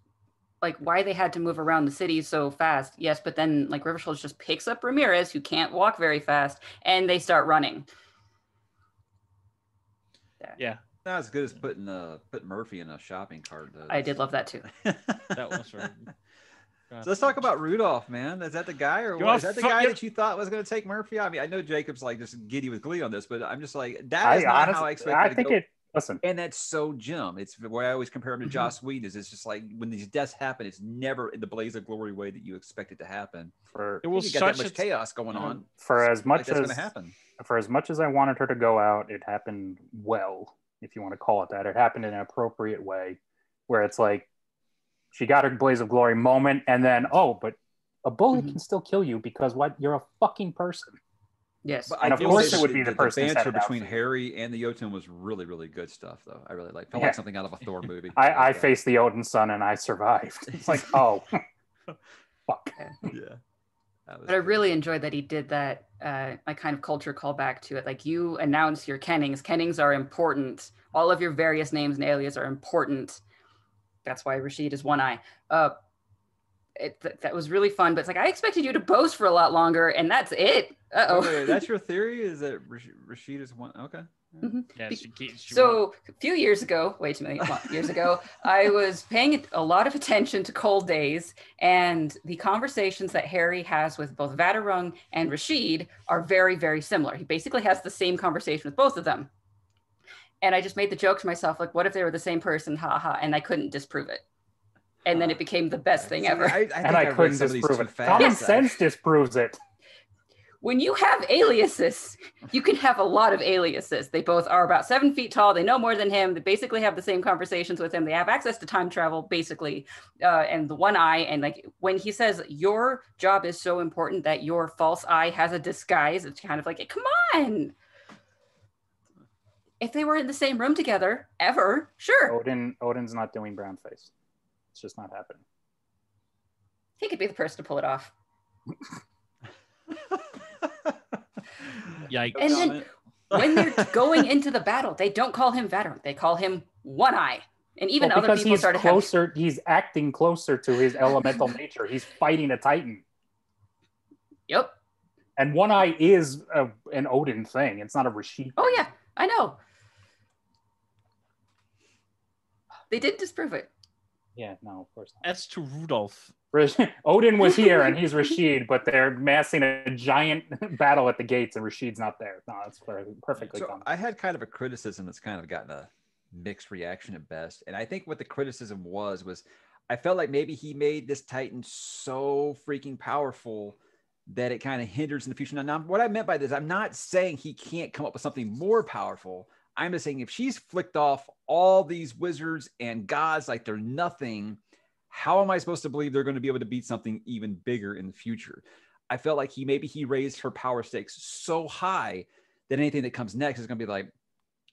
C: like why they had to move around the city so fast. Yes, but then like River Soldier just picks up Ramirez, who can't walk very fast, and they start running.
D: Not as good as putting uh putting Murphy in a shopping cart. Though.
C: I did love that too.
B: That was Uh, right.
D: So let's talk about Rudolph, man. Is that the guy or
B: You're
D: what?
B: all
D: Is that the
B: fu-
D: guy
B: you're-
D: that you thought was going to take Murphy? I mean, I know Jacob's like just giddy with glee on this, but I'm just like that
A: I
D: is not how I
A: honestly,
D: expected.
A: I,
D: to
A: think
D: go.
A: it. Listen,
D: and that's so Jim. It's the way I always compare him to
B: Mm-hmm.
C: Mhm.
D: Joss Whedon. Is it's just like when these deaths happen, it's never in the blaze of glory way that you expect it to happen.
A: for
B: It was
D: you got that
B: such
D: much
B: a
D: chaos going
A: Mhm.
D: on.
A: for as
D: Like,
A: much
D: that's going to
A: as
D: happen.
A: for as much as I wanted her to go out, it happened well, if you want to call it that. It happened in an appropriate way, where it's like she got her blaze of glory moment, and then oh, but a bully
D: Mm-hmm.
C: Mhm.
A: can still kill you because what? You're a fucking person.
C: Yes.
D: But uh,
A: And
D: I
A: of
D: do
A: course
D: like
A: it would be the person that
D: banter
A: set it out
D: between
A: for you.
D: Harry and the Jotun was really, really good stuff, though. I really like felt
A: Yeah.
D: like something out of a Thor movie.
A: I, I
D: like that.
A: faced the Odin son and I survived. It's like oh, fuck.
D: Yeah. That was
C: But I
D: good.
C: really enjoyed that he did that, uh, like kind of culture callback to it. Like you announce your kennings. Kennings are important. All of your various names and alias are important. That's why Rashid is one eye. Uh, it, th- that was really fun. But it's like I expected you to boast for a lot longer, and that's it. Uh
D: Wait, wait,
C: oh.
D: that's your theory? Is that Rash- Rashid is one? Okay.
B: Yeah, she, keeps- she won't-
C: So a few years ago, way too many lo- years ago, I was paying a lot of attention to Cold Days, and the conversations that Harry has with both Vadarung and Rashid are very, very similar. He basically has the same conversation with both of them. And I just made the joke to myself, like, what if they were the same person? Ha ha! And I couldn't disprove it. And then it became the best thing
D: See,
C: ever.
D: I, I think
A: And I,
D: read
A: couldn't
D: some of these
A: disprove
D: too
A: it.
D: fast.
A: Common
D: I-
A: sense disproves it.
C: when you have aliases, you can have a lot of aliases. They both are about seven feet tall. They know more than him. They basically have the same conversations with him. They have access to time travel, basically, uh, and the one eye. And like when he says, "Your job is so important that your false eye has a disguise," it's kind of like, "Come on." If they were in the same room together ever, sure,
A: Odin Odin's not doing brown face. It's just not happening.
C: he could be the person to pull it off.
B: yikes.
D: No
C: And then-
D: comment.
C: When they're going into the battle, they don't call him veteran. They call him One Eye. And even
A: Well,
C: other
A: because
C: people
A: he's
C: started having
A: closer. He's acting closer to his elemental nature. He's fighting a titan,
C: Yep.
A: and one eye is a, an Odin thing. It's not a Rashid.
C: Oh
A: thing.
C: yeah, I know. They did disprove it.
A: yeah. No, of course not.
B: As to Rudolph,
A: Rash- Odin was here, and he's Rashid, but they're massing a giant battle at the gates, and Rashid's not there. No, that's per- perfectly
D: So
A: fine.
D: I had kind of a criticism that's kind of gotten a mixed reaction at best. And I think what the criticism was was I felt like maybe he made this Titan so freaking powerful that it kind of hinders in the future. Now, now what I meant by this, I'm not saying he can't come up with something more powerful. I'm just saying if she's flicked off all these wizards and gods like they're nothing, how am I supposed to believe they're going to be able to beat something even bigger in the future? I felt like he maybe he raised her power stakes so high then anything that comes next is going to be like,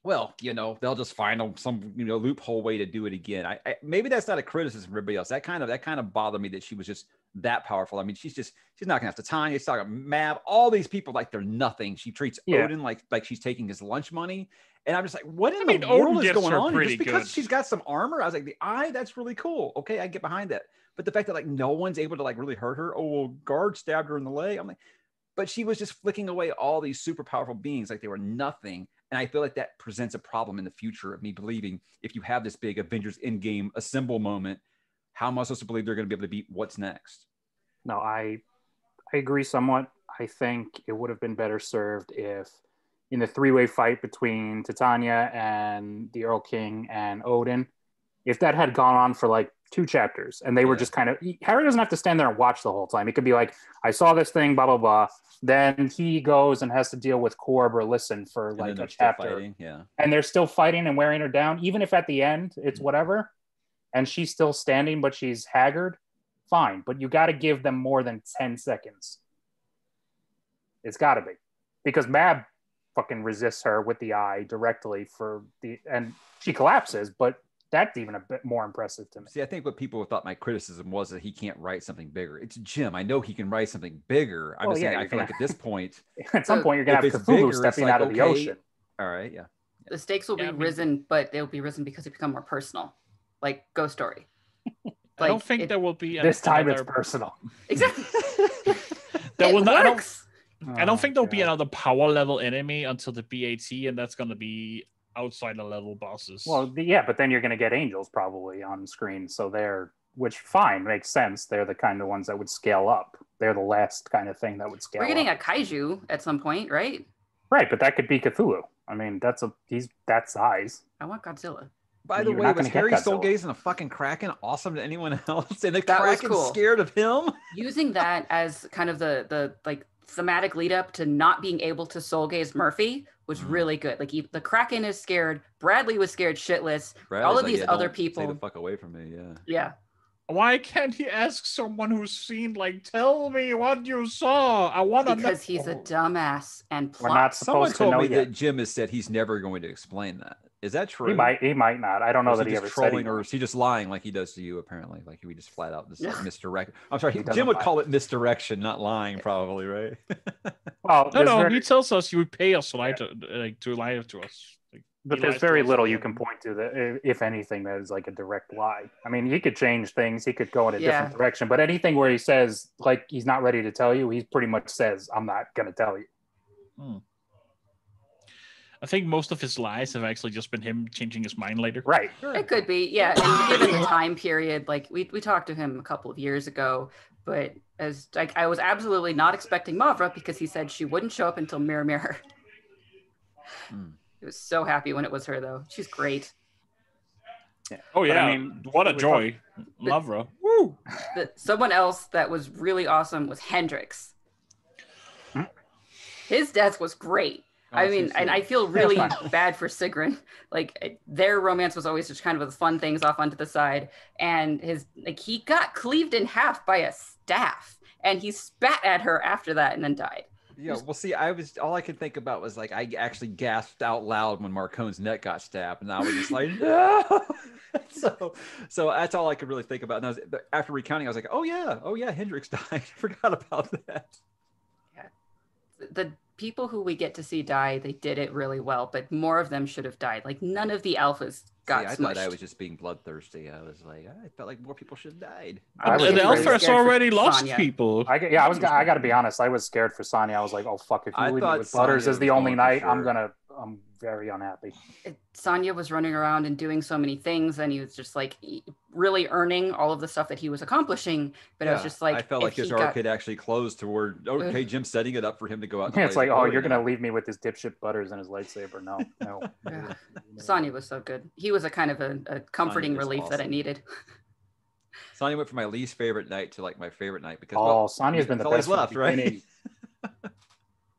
D: well, you know, they'll just find a- some you know loophole way to do it again. I, I maybe that's not a criticism for everybody else. That kind of that kind of bothered me that she was just that powerful. I mean, she's just she's knocking off the time. She's talking Mab, all these people like they're nothing. She treats
A: Yeah.
D: Odin like like she's taking his lunch money. And I'm just like, what in
B: I
D: the
B: mean,
D: world
B: Odin
D: is
B: gifts
D: going
B: are
D: on? here? Just
B: pretty
D: because
B: good.
D: she's got some armor, I was like, the eye, that's really cool. Okay, I get behind that. But the fact that like no one's able to like really hurt her. Oh, well, guard stabbed her in the leg. I'm like, but she was just flicking away all these super powerful beings like they were nothing. And I feel like that presents a problem in the future of me believing if you have this big Avengers Endgame assemble moment, how am I supposed to believe they're going to be able to beat what's next?
A: No, I I agree somewhat. I think it would have been better served if in the three-way fight between Titania and the Earl King and Odin, if that had gone on for like two chapters and they were
D: Yeah.
A: just kind of Harry doesn't have to stand there and watch the whole time. It could be like, I saw this thing, blah blah blah. Then he goes and has to deal with Corb or listen for
D: And then
A: like
D: they're
A: a
D: still
A: chapter
D: fighting, Yeah.
A: and they're still fighting and wearing her down, even if at the end it's
D: Mhm.
A: whatever, and she's still standing but she's haggard, fine. But you got to give them more than 10 seconds. It's got to be because Mab fucking resists her with the eye directly for the and she collapses, but that's even a bit more impressive to me.
D: See, I think what people thought my criticism was that he can't write something bigger. It's Jim. I know he can write something bigger. I'm
A: Well,
D: just
A: yeah,
D: saying, I
A: you're
D: feel
A: gonna-
D: like at this point,
A: At some point, you're gonna
D: Uh, If
A: have
D: it's
A: Cthulhu
D: bigger, it's
A: stepping
D: like,
A: out of the
D: okay.
A: ocean.
D: all right, yeah.
C: The stakes will
B: Yeah, I
C: be
B: mean-
C: risen, but they'll be risen because they become more personal, like Ghost Story.
B: I don't
C: Like,
B: think
C: it-
B: there will be
A: This time it's
B: another-
A: personal.
C: Exactly.
B: There
C: it
B: will not- I don't-
C: works.
B: I don't
A: Oh,
B: think there'll be
A: God.
B: another power level enemy until the BAT, and that's going to be outside the level bosses.
A: Well, the- yeah, but then you're going to get angels probably on screen. So they're, which fine, makes sense. They're the kind of ones that would scale up. They're the last kind of thing that would scale
C: We're getting
A: up.
C: a kaiju at some point, right?
A: right, but that could be Cthulhu. I mean, that's a, he's that size.
C: I want Godzilla.
D: By the
A: You're
D: way,
A: not
D: was
A: gonna get
D: Harry
A: Godzilla.
D: Soulgaze and a fucking Kraken awesome to anyone else? And the
C: That was
D: Kraken
C: cool.
D: scared of him?
C: Using that as kind of the the like thematic lead up to not being able to soul gaze Murphy was
B: Mm-hmm.
D: Mhm.
C: really good. Like he, the Kraken is scared. Bradley was scared shitless. All of these other
D: Stay the
C: people-
D: fuck away from me, yeah.
C: Yeah.
B: Why can't he ask someone who's seen, like, tell me what you saw? I want to
C: Because he's a dumbass and
A: We're not
C: plot.
D: Someone
A: supposed to
D: told
A: know
D: me
A: yet.
D: that Jim has said he's never going to explain that. Is that true?
A: He might, he might not. I don't know
D: Or is
A: that
D: he
A: he ever
D: just
A: said.
D: trolling,
A: He,
D: or is he just lying like he does to you? Apparently, like he would just flat out just like,
C: Ugh.
D: misdirect. I'm sorry,
A: He
D: Jim
A: doesn't
D: would
A: lie.
D: call it misdirection, not lying, probably, right?
A: well,
B: No,
A: there's
B: no,
A: very-
B: he tells us you would pay us to lie to, like, to lie to us. Like,
A: but
B: he
A: there's
B: lies to
A: very
B: us.
A: little you can point to that, i- if anything, that is like a direct lie. I mean, he could change things. He could go in a different direction. But anything where he says like he's not ready to tell you, he pretty much says, "I'm not going to tell you."
B: I think most of his lies have actually just been him changing his mind later.
A: Right.
C: It could be, yeah. And given the time period, like we we talked to him a couple of years ago, but as like I was absolutely not expecting Mavra because he said she wouldn't show up until Mirror Mirror.
D: Hmm.
C: He was so happy when it was her though. She's great.
B: Oh,
A: But
B: yeah.
A: I mean,
B: what a
A: we
B: joy. Lovra. Woo.
C: The, someone else that was really awesome was Hendrix.
A: Hmm.
C: His death was great.
D: Oh,
C: I mean, and I feel
A: Yeah,
C: really
A: fine.
C: bad for Sigrun. Like I- their romance was always just kind of the fun things off onto the side, and his like he got cleaved in half by a staff, and he spat at her after that, and then died.
D: yeah. Well, see, I was all I could think about was like I actually gasped out loud when Marcone's neck got stabbed, and I was just like, no. so, so that's all I could really think about. And I was, but after recounting, I was like, oh yeah, oh yeah, Hendrix died. I forgot about that.
C: The people who we get to see die, they did it really well, but more of them should have died. Like none of the alphas got
D: see, I
C: smushed.
D: thought I was just being bloodthirsty. I was like, I felt like more people should have died.
A: I was
B: the
A: just
C: Elfers-
A: crazy.
B: Elfers
C: scared for
B: already lost
C: Sonya.
B: people.
A: I, g- yeah, I was. g- I got to be honest. I was scared for Sonya. I was like, "Oh fuck! If you
D: I
A: leave me
D: thought
A: with Butters
D: Sonya
A: as the
D: was
A: only
D: going for
A: night, I'm
D: sure.
A: gonna. I'm very unhappy."
C: it- Sonya was running around and doing so many things, and he was just like e- really earning all of the stuff that he was accomplishing. But I was
D: Yeah,
C: just like,
D: I felt
C: if
D: like his
C: he
D: arc
C: got-
D: had actually closed toward okay, Jim setting it up for him to go out. and
A: Yeah, it's
D: play
A: like,
D: the
A: "Oh,
D: party
A: you're gonna
D: now."
A: leave me with this dipshit Butters and his lightsaber." No, no.
C: Yeah. Sonya was so good. He was a kind of a, a comforting
D: was
C: relief that I
D: awesome.
C: needed.
D: Sonya went from my least favorite night to like my favorite night because
A: Oh,
D: well,
A: Sonya's been the best
D: it's always
A: from the
D: left, right?
A: beginning.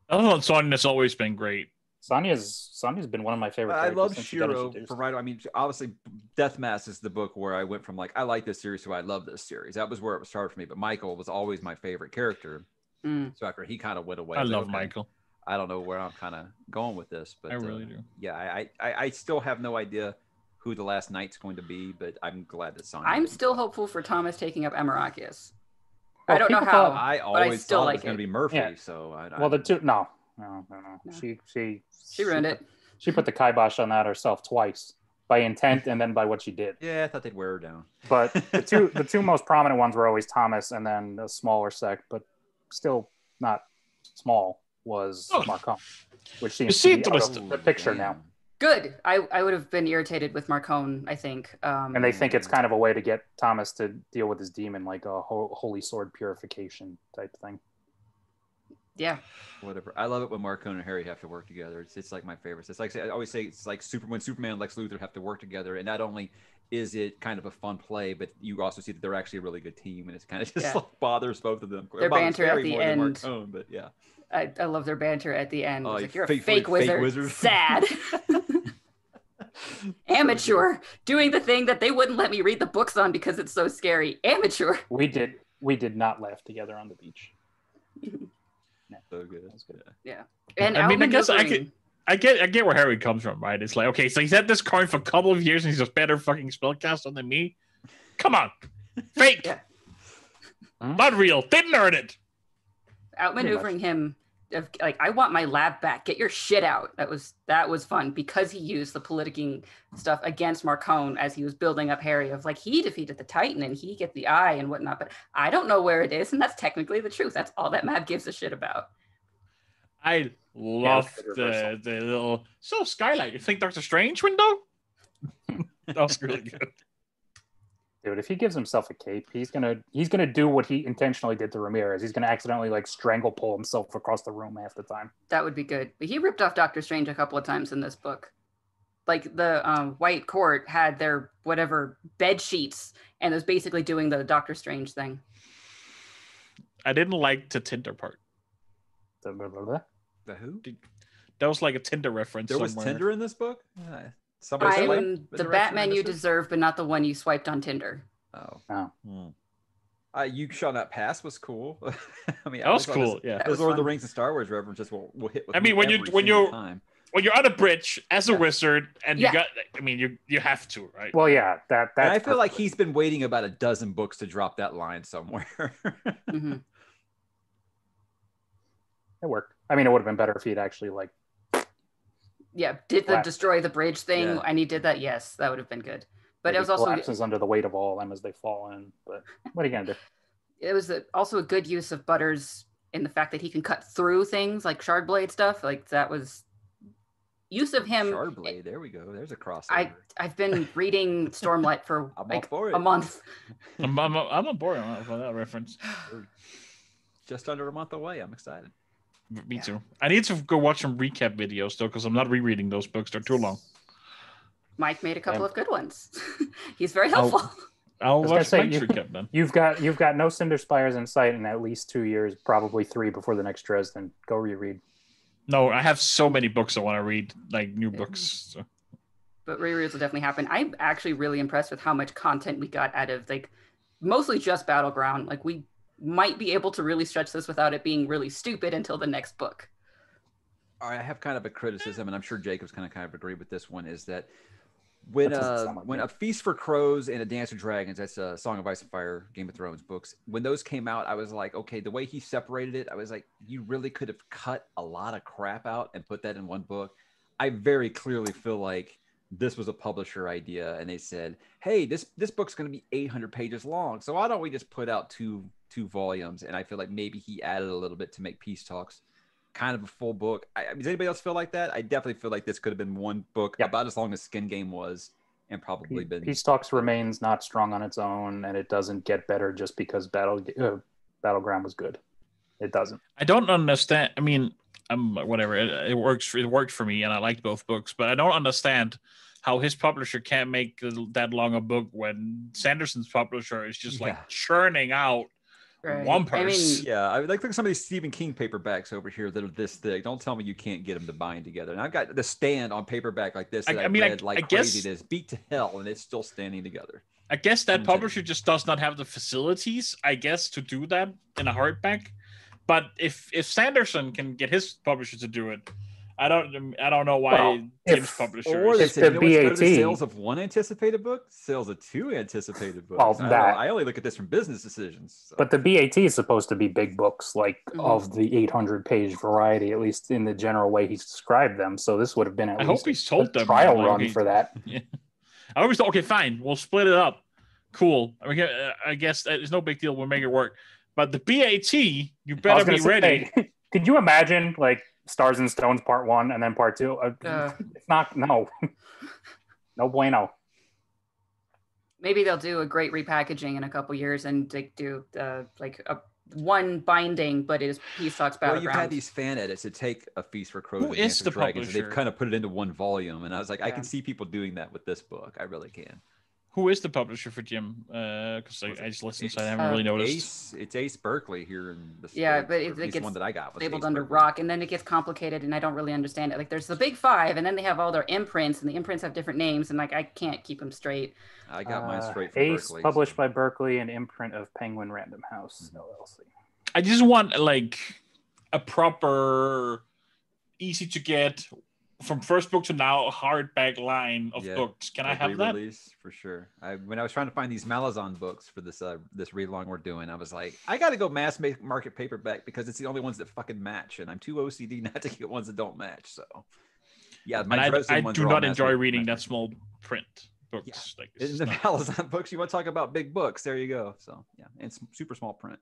B: Other than Sonya's always been great.
A: Sonya's Sonya's been one of my favorite.
D: I
A: characters
D: love
A: since she got
D: Shiro
A: introduced.
D: from right. I mean, obviously, Death Mass is the book where I went from like I like this series to I love this series. That was where it started for me. But Michael was always my favorite character.
C: Mm.
D: So after he kind of went away,
B: I
D: was like,
B: love
D: okay,
B: Michael.
D: I don't know where I'm kind of going with this, but
B: I
D: uh,
B: really do.
D: yeah, I, I I still have no idea who the last knight's going to be, but I'm glad that Sonya.
C: I'm
D: didn't.
C: still hopeful for Thomas taking up Emeracus.
A: Well,
C: I don't know
A: people
C: how.
A: thought-
D: I
C: I
D: always
C: still
D: thought
C: like
D: it was going
C: it.
D: to be Murphy.
A: Yeah.
D: So I, I
A: Well, the
D: don't
A: two. No, no, no, no.
C: No.
A: She she
C: she ruined
A: put-
C: it.
A: She put the kibosh on that herself twice by intent and then by what she did.
D: Yeah, I thought they'd wear her down.
A: But the two the two most prominent ones were always Thomas and then a smaller sect, but still not small was
B: Oh.
A: Marcom, which
B: You
A: seems
B: see
A: to
B: it
A: be out
B: was-
A: of the picture now.
C: Good. I, I would have been irritated with Marcone, I think. Um,
A: And they think
B: Mm.
A: it's kind of a way to get Thomas to deal with his demon, like a ho- holy sword purification type thing.
C: yeah.
D: Whatever. I love it when Marcone and Harry have to work together. It's it's like my favorites. It's like I always say it's like Super when Superman and Lex Luthor have to work together, and not only is it kind of a fun play, but you also see that they're actually a really good team, and it's kind of just
C: Yeah.
D: like bothers both of them. It
C: Their
D: bothers
C: banter at
D: Harry
C: the
D: more than
C: end.
D: Marcone, but yeah.
C: I, I love their banter at the end.
D: Oh,
C: It's
D: you
C: like, you're a
D: fake-
C: fake
D: fake
C: wizard.
D: wizard."
C: Sad. Amateur. Doing the thing that they wouldn't let me read the books on because it's so scary. Amateur.
A: We did we did not laugh together on the beach.
D: So good.
A: That's good.
C: And
B: I mean, I guess I
C: outmaneuvering.
B: could- I get I get where Harry comes from, right? It's like, okay, so he's had this coin for a couple of years and he's a better fucking spellcaster than me. Come on. Fake.
C: Yeah.
B: Not real. Didn't earn it.
C: outmaneuvering him of like I want my lab back. Get your shit out. That was that was fun because he used the politicking stuff against Marcone as he was building up Harry of like he defeated the Titan and he get the eye and whatnot. But I don't know where it is, and that's technically the truth. That's all that Mab gives a shit about.
B: I love
A: Yeah, it's a
B: the,
A: reversal.
B: the little so skylight. You think Doctor Strange window? that was really good.
A: Dude, if he gives himself a cape, he's gonna he's gonna do what he intentionally did to Ramirez. He's gonna accidentally like strangle pull himself across the room half the time.
C: That would be good. But he ripped off Doctor Strange a couple of times in this book. Like the um, White Court had their whatever bed sheets and was basically doing the Doctor Strange thing.
B: I didn't like the Tinder part.
A: The blah, blah, blah.
D: The who?
B: That was like a Tinder reference.
D: There was
B: somewhere.
D: Tinder in this book. Yeah. Somebody
C: I
D: said like-
C: am
D: the
C: the
D: direction
C: Batman you
D: I missed it?
C: deserve, but not the one you swiped on Tinder.
D: Oh,
B: Hmm.
D: uh, you shall not pass was cool. I
B: That
D: mean, I
B: was
D: always thought this-
B: cool. Yeah.
C: That
D: Those
C: was
D: Lord of the
C: fun.
D: Rings and Star Wars references will, will hit. With
B: I
D: me
B: mean, when you-
D: every
B: when
D: single
B: you-
D: time.
B: Well, you're on a bridge as a
D: Yeah.
B: wizard, and
C: Yeah.
B: you got. I mean, you you have to, right?
A: Well, yeah, that
D: And
A: that.
D: I feel like he's been waiting about a dozen books to drop that line somewhere.
C: Mhm.
A: it worked. I mean, it would have been better if he'd actually like.
C: Yeah, did the
A: Collapse.
C: destroy the bridge thing,
D: Yeah.
C: and he did that. Yes, that would have been good. But
A: maybe
C: it was also
A: collapses under the weight of all of them as they fall in. But what are you gonna do?
C: it was a, also a good use of Butters in the fact that he can cut through things like shard blade stuff. Like that was use of him.
D: Shardblade, there we go. There's a crossover.
C: I I've been reading Stormlight for
D: I'm all
C: like
D: for it.
C: a month.
B: I'm I'm I'm on board on on that reference.
D: Just under a month away. I'm excited.
B: Me
C: Yeah.
B: too. I need to go watch some recap videos though, because I'm not rereading those books. They're too long.
C: Mike made a couple
A: Yeah.
C: of good ones. He's very
D: Oh.
C: helpful.
B: I'll
A: was gonna
B: watch
A: say,
B: Mike's
A: you-
B: recap then.
A: You've got you've got no Cinder Spires in sight in at least two years, probably three before the next Dresden. Go reread.
B: No, I have so many books I want to read, like new
C: Yeah.
B: books. so.
C: but rereads will definitely happen. I'm actually really impressed with how much content we got out of like mostly just Battleground. Like we might be able to really stretch this without it being really stupid until the next book.
D: All right, I have kind of a criticism, and I'm sure Jacob's kind of kind of agree with this one. Is that when
A: That doesn't
D: uh,
A: sound like
D: when
A: me.
D: a feast for crows and a dance of dragons, that's a Song of Ice and Fire, Game of Thrones books. When those came out, I was like, okay, the way he separated it, I was like, you really could have cut a lot of crap out and put that in one book. I very clearly feel like this was a publisher idea, and they said, hey, this this book's going to be 800 pages long, so why don't we just put out two two volumes? And I feel like maybe he added a little bit to make peace talks kind of a full book. I, I mean, does anybody else feel like that? I definitely feel like this could have been one book
A: Yeah.
D: about as long as Skin Game was, and probably been.
A: Peace Talks remains not strong on its own, and it doesn't get better just because Battle uh, Battleground was good. It doesn't.
B: I don't understand. I mean, um, whatever. It, it works. It worked for me, and I liked both books. But I don't understand how his publisher can't make that long a book when Sanderson's publisher is just
D: Yeah.
B: like churning out. One
C: I mean,
B: purse.
D: Yeah, I would like to look at some of these Stephen King paperbacks over here that are this thick. Don't tell me you can't get them to bind together. And I've got the stand on paperback like this.
B: I-
D: That I,
B: I mean, I-
D: read like
B: I guess-
D: crazy. This beat to hell, and it's still standing together.
B: I guess that
D: Something.
B: publisher just does not have the facilities, I guess, to do that in a hardback. But if if Sanderson can get his publisher to do it, I don't I don't know why
A: Well, if-
B: Jim's publisher.
D: Or they
B: is-
A: It's the
D: said, you know what's better than
A: BAT.
D: sales of one anticipated book, sales of two anticipated books.
A: Well,
D: I don't know.
A: that-
D: I only look at this from business decisions. so.
A: But the BAT is supposed to be big books, like
C: Mhm.
A: of the 800 page variety, at least in the general way he's described them. So this would have been at
B: I hope
A: least
B: he's told
A: a
B: them
A: trial
B: like,
A: run
B: okay,
A: for that.
B: I always thought, okay, fine, we'll split it up. Cool. I, mean, uh, I guess that is no big deal. We'll make it work. But the BAT, you
A: I was
B: better be
A: gonna say,
B: ready.
A: could you imagine like Stars and Stones Part One and then Part Two? Uh,
C: Uh.
A: it's not no, no bueno.
C: maybe they'll do a great repackaging in a couple years and like do uh, like a one binding, but it is Peace Talks
D: Well, you've
C: Battleground.
D: had these fan edits that take a feast for crows.
B: Who
D: and
B: is
D: Dance of
B: the
D: dragons. and They've
B: publisher?
D: kind of put it into one volume, and I was like, I
C: Yeah.
D: can see people doing that with this book. I really can.
B: Who is the publisher for Jim? Because I, I just listened, so I haven't
C: Uh,
B: really noticed.
D: Ace, it's Ace Berkeley here in the
C: Yeah,
D: States,
C: but
D: or
C: it-
D: at
C: it
D: least the
C: gets
D: one that I got was
C: labeled
D: Ace
C: under
D: Berkeley.
C: rock and then it gets complicated and i don't really understand it like there's the big five and then they have all their imprints and the imprints have different names and like i can't keep them straight
D: I got mine
A: Uh,
D: straight from
A: Ace,
D: Berkeley.
A: published
D: so-
A: by Berkeley, an imprint of Penguin Random House
D: Mhm.
A: LLC.
B: I just want like a proper, easy to get from first book to now hardback line of
D: Yeah.
B: books. Can I
D: Like
B: have that?
D: re-release for sure. I when I was trying to find these Malazan books for this uh this read along we're doing, I was like, I got to go mass ma- market paperback because it's the only ones that fucking match, and I'm too OCD not to get ones that don't match. So, yeah,
B: And I,
D: Dresden
B: I
D: ones
B: do
D: are all
B: not
D: mass
B: enjoy
D: market
B: reading that
D: paperback.
B: small print books. Like it's
D: In
B: just
D: the
B: not-
D: Malazan books, you want to talk about big books? There you go. So yeah, and some super small print.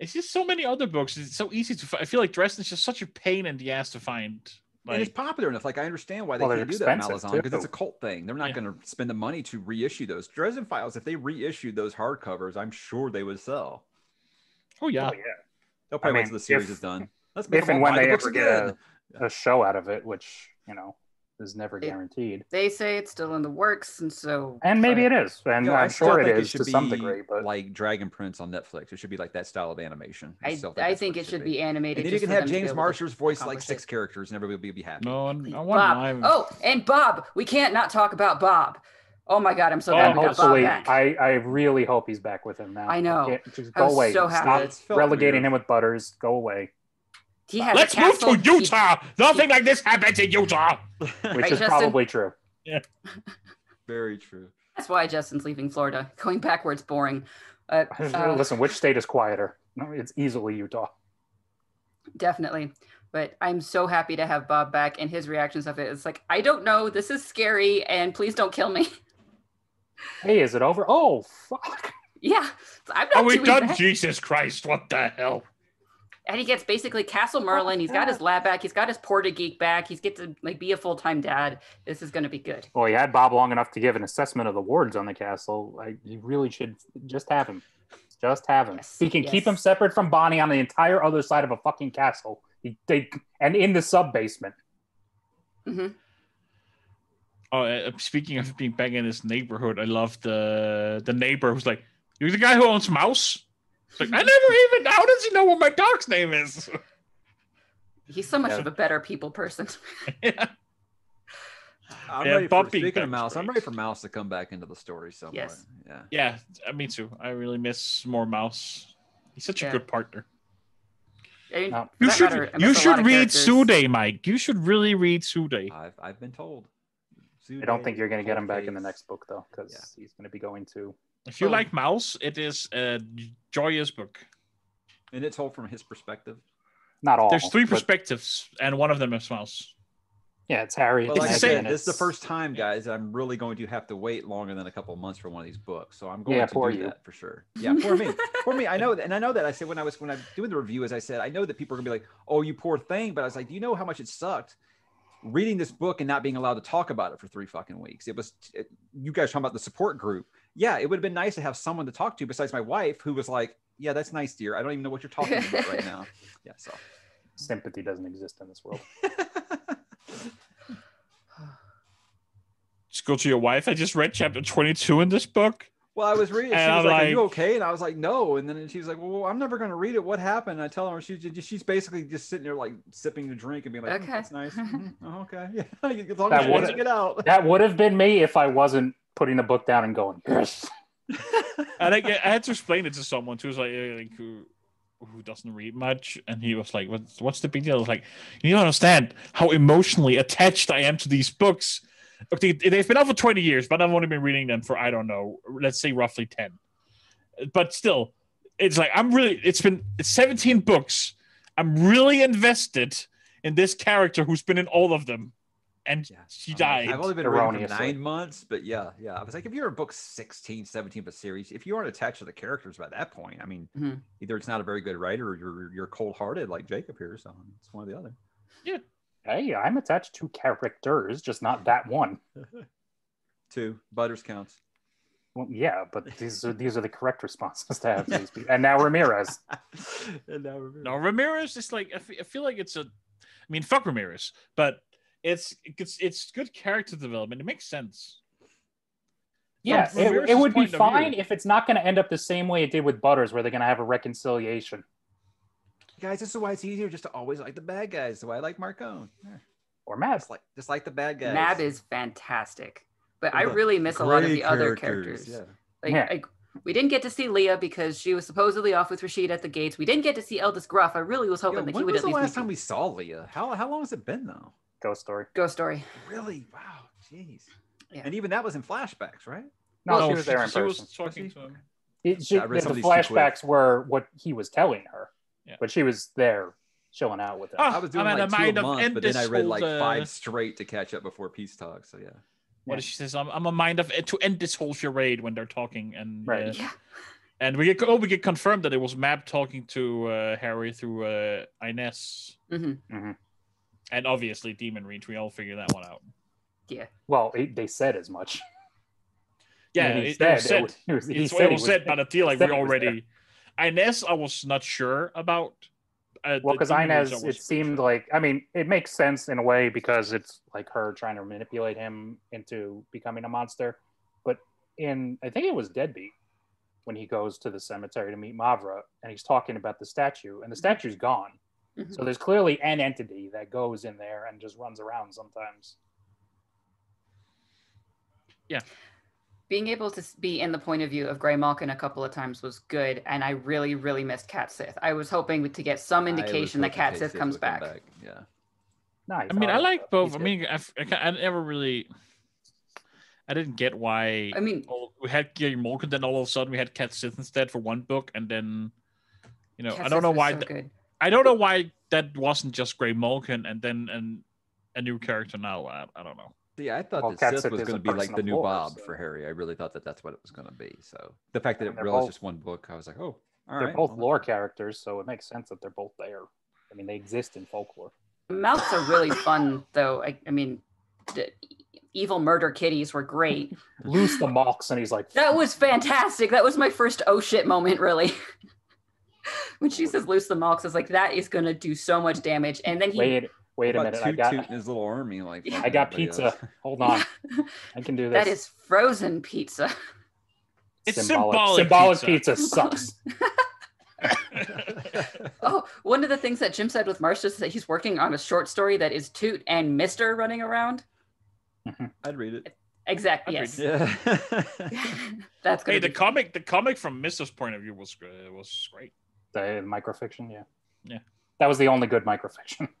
B: it's just so many other books. It's so easy to. Find. I feel like Dresden's just such a pain in the ass to find.
D: and it's
B: Like,
D: popular enough. Like I understand why they
A: Well, they're
D: can't do that
A: expensive,
D: Malazan because
A: too.
D: it's a cult thing. They're not
B: Yeah.
D: going to spend the money to reissue those Dresden Files. If they reissued those hardcovers, I'm sure they would sell.
B: oh yeah,
A: Oh, yeah.
D: They'll probably wait
A: mean,
D: till the series
A: if-
D: is done. Let's make
A: If
D: them
A: and when
D: all buy the
A: they
D: books
A: ever get
D: again.
A: a, a show out of it, which, you know, is never
C: Yeah.
A: guaranteed.
C: They say it's still in the works, and so
A: And maybe
C: Sorry.
A: it is. And
D: Yo, I
A: I'm
D: still
A: sure it
D: think
A: is
D: should
A: to some
D: be
A: degree, but
D: like Dragon Prince on Netflix, it should be like that style of animation.
C: I,
D: still
C: I
D: that's
C: think
D: what
C: it should be animated.
D: And then you
C: just
D: can
C: for
D: have
C: them to be
D: James
C: able to-
D: Marsh's voice like
C: accomplish
D: six characters, and everybody will be happy.
B: no, I, I want
C: Bob.
B: live.
C: Oh, and Bob. We can't not talk about Bob. Oh my God, I'm so
B: Oh,
A: and
C: glad we got Bob
A: hopefully,
C: back.
A: I, I really hope he's back with him now.
C: I know.
A: Can't- Just
C: I
A: go
C: was
A: away.
C: so happy.
A: Stop
D: It's felt
A: relegating
D: weird.
A: him with Butters. Go away.
C: he has a
B: Let's move to
C: castle- he-
B: Utah. Nothing like this happens in Utah.
A: Which
C: Right,
A: is
C: Justin?
A: probably true.
D: Very true.
C: that's why Justin's leaving Florida. Going backwards, boring. Uh, uh,
A: Listen, which state is quieter? No, It's easily Utah.
C: definitely. But I'm so happy to have Bob back and his reactions of it. It's like, I don't know. This is scary. And please don't kill me.
A: Hey, is it over? Oh, fuck.
C: yeah. I'm not
B: Are we
C: doing
B: done?
C: that.
B: Jesus Christ! What the hell?
C: And he gets basically Castle Merlin. He's got his lab back. He's got his Porta Geek back. He's get to like be a full time dad. This is going to be good.
A: Well, he had Bob long enough to give an assessment of the wards on the castle. I, you really should just have him. Just have him.
C: Yes,
A: he can keep
C: yes.
A: him separate from Bonnie on the entire other side of a fucking castle. He, they, and in the sub basement.
C: Mm-hmm.
B: Oh, uh, speaking of being back in this neighborhood, I love the the neighbor who's like, "You're the guy who owns Mouse." It's Like, I never even. How does he know what my dog's name is?
C: He's so much
D: Yeah.
C: of a better people person.
B: Yeah,
D: I'm ready for,
B: Bumpy
D: speaking
B: Bugs
D: of Mouse, I'm
B: Race.
D: ready for Mouse to come back into the story somewhat.
C: Yes.
D: Yeah.
B: yeah, uh, me too. I really miss more Mouse. He's such
C: Yeah.
B: a good partner.
C: I mean,
A: No.
C: for
B: You
C: that
B: should
C: matter, I
B: you
C: miss a lot
B: should
C: of
B: read
C: characters.
B: Sude, Mike. You should really read Sude.
D: I've I've been told.
A: I don't think you're going to get
D: Cold
A: him back in the
D: Case.
A: next book, though, because he's going to be going to.
B: If you
C: Oh.
B: like Mouse, it is a joyous book.
D: And it's told from his perspective.
A: Not all.
B: There's three
A: Oh, but-
B: perspectives, and one of them is Mouse.
A: Yeah, it's Harry.
D: But
A: it's
D: like I
A: Meghan,
D: said,
A: it's-
D: this is the first time, guys, that I'm really going to have to wait longer than a couple of months for one of these books. So I'm going
A: Yeah,
D: to
A: poor
D: do
A: you.
D: that for sure. Yeah, for me. For me, I know that, and I know that I said when I was when I was doing the review, as I said, I know that people are gonna be like, "Oh, you poor thing," but I was like, "Do you know how much it sucked reading this book and not being allowed to talk about it for three fucking weeks?" It was it, you guys talking about the support group. Yeah, it would have been nice to have someone to talk to besides my wife, who was like, "Yeah, that's nice, dear. I don't even know what you're talking about right now." Yeah, so
A: sympathy doesn't exist in this world.
B: Just go to your wife. I just read chapter 22 in this book.
D: Well, I was reading. She
B: And I'm
D: was like, "Are
B: like-
D: you okay?" And I was like, "No." And then she was like, "Well, I'm never going to read it. What happened?" And I tell her she, she's basically just sitting there like sipping the drink and being like, "Mm,
C: Okay.
D: "That's nice. Mhm. Oh, okay, yeah. As long
A: That
D: as she wants to
A: would've-
D: get out."
A: That would have been me if I wasn't putting the book down and going, yes.
B: And I, I had to explain it to someone too. It's like, uh, like, who, who doesn't read much. And he was like, what's, what's the big deal? I was like, you don't understand how emotionally attached I am to these books. Okay, they've been out for 20 years, but I've only been reading them for, I don't know, let's say roughly 10. But still, it's like, I'm really, it's been it's 17 books. I'm really invested in this character who's been in all of them. And
D: Yeah.
B: she
D: I'm like,
B: died.
D: Uh, I've only been reading for
A: Erroneously.
D: nine months, but yeah, yeah. I was like, if you're a book 16, 17 of a series, if you aren't attached to the characters by that point, I mean,
C: Mhm.
D: either it's not a very good writer or you're you're cold hearted like Jacob here. So it's one or the other.
A: Hey, I'm attached to characters, just not that one.
D: Two butters counts.
A: Well, yeah, but these are these are the correct responses to have to these people. And now Ramirez.
D: and now we're
B: No, Ramirez is like I fe- I feel like it's a. I mean, fuck Ramirez, but it's it's it's good character development. It makes sense.
A: Yeah,
B: From
A: it, it
B: Ramirez's
A: would be
B: point of view.
A: fine if it's not going to end up the same way it did with Butters, where they're going to have a reconciliation
D: Guys, this is why it's easier just to always like the bad guys. The way I like Marcone. Yeah.
A: or Mavs.
D: Just like just like the bad guys.
C: Mab is fantastic, but
D: What
C: I
D: about
C: really miss a lot of
D: Great
C: the other characters. Like,
A: Yeah.
C: like, we didn't get to see Leah because she was supposedly off with Rashid at the gates. We didn't get to see Eldest Gruff. I really was
D: Yeah.
C: hoping
D: Yo,
C: that he
D: when
C: would
D: was
C: at least.
D: the last
C: meet
D: time we saw Leah? How how long has it been though?
A: Ghost Story.
C: Ghost Story.
D: Really? Wow. Jeez.
C: Yeah.
D: And even that was in flashbacks, right?
A: No,
B: No,
A: she was there in
B: she
A: person.
B: Oh, was talking to him.
A: It, she,
D: I
A: the
D: read some of these too quick.
A: flashbacks were what he was telling her,
B: Yeah.
A: but she was there chilling out with him.
B: Ah,
D: I was doing
B: I'm at
D: like
B: a
D: two
B: mind
D: a
B: of
D: month, but then I
B: endless
D: read
B: hold,
D: like
B: uh,
D: five straight to catch up before peace talk. So yeah.
B: What is she says? I'm, I'm a mind of to end this whole charade when they're talking and
A: Right.
B: uh,
C: Yeah.
B: and we get oh we get confirmed that it was Mab talking to uh, Harry through uh, Ines
C: Mhm.
A: Mhm.
B: and obviously Demon Reach. We all figure that one out.
A: Well, it, they said as much.
B: Yeah,
A: And
B: it,
A: he
B: it
A: said
B: was said.
A: was- he was- he
B: It's
A: said
B: what
A: he
B: was
A: was
B: said, but I feel like
A: said
B: we
A: it was there.
B: already. Inez, I was not sure about. Uh,
A: Well,
B: the
A: because
B: Demon Reach,
A: Inez,
B: I was
A: it seemed
B: sure.
A: like I mean, it makes sense in a way because it's like her trying to manipulate him into becoming a monster. But in I think it was Deadbeat when he goes to the cemetery to meet Mavra, and he's talking about the statue, and the statue's gone.
C: Mhm.
A: So there's clearly an entity that goes in there and just runs around sometimes.
C: Being able to s- be in the point of view of Grey Malkin a couple of times was good, and I really, really missed Cat Sith. I was hoping to get some
D: I
C: indication
D: was
C: that Cat
D: hoping
C: Sith
D: Sid
C: comes
D: would come
C: back.
D: Yeah.
A: Nice.
B: I mean, I like both. I
D: good.
B: mean, I, f- I, ca- I never really. I didn't get why
C: I mean,
B: all, we had Gary Malkin, then all of a sudden we had Cat Sith instead for one book, and then, you know,
C: Cat
B: I don't
C: Sith
B: know
C: was
B: why.
C: so
B: th-
C: good.
B: I don't know why that wasn't just Gray Malkin, and then and a new character now. I, I don't know.
D: See, I thought
A: Well,
D: that
A: Cat
D: Sith
A: Sith
D: was
A: is
D: going
A: a
D: to be like
A: person
D: the
A: of
D: new
A: war,
D: Bob
A: so-
D: for Harry. I really thought that that's what it was going to be. So the fact that
A: I
D: it
A: mean, they're
D: realized
A: both-
D: just one book, I was like, oh, all
A: They're
D: right,
A: both
D: well,
A: lore characters, so it makes sense that they're both there. I mean, they exist in folklore.
C: Mouths are really fun, though. I, I mean, the evil murder kitties were great.
A: Loose the mocks, and he's like,
C: That was fantastic. That was my first oh shit moment, really. when she says loose the mox, I was like, that is gonna do so much damage. And then he
A: "Wait, wait a
D: about
A: minute, I
D: Toot
A: got,
D: Toot and his little army. Like,
C: Yeah.
D: fucking
A: I got
D: everybody
A: pizza.
D: else.
A: Hold on,
C: Yeah.
A: I can do this."
C: that is frozen pizza.
B: It's
A: Symbolic
B: symbolic
A: pizza, sucks.
C: Oh, one of the things that Jim said with Marcia is that he's working on a short story that is Toot and Mister running around.
D: I'd read it.
C: Exactly.
B: I'd
C: Yes.
D: Yeah.
C: That's gonna
B: hey, the
C: be
B: comic, the comic from Mister's point of view was uh, was great.
A: The microfiction, yeah,
B: Yeah.
A: That was the only good microfiction.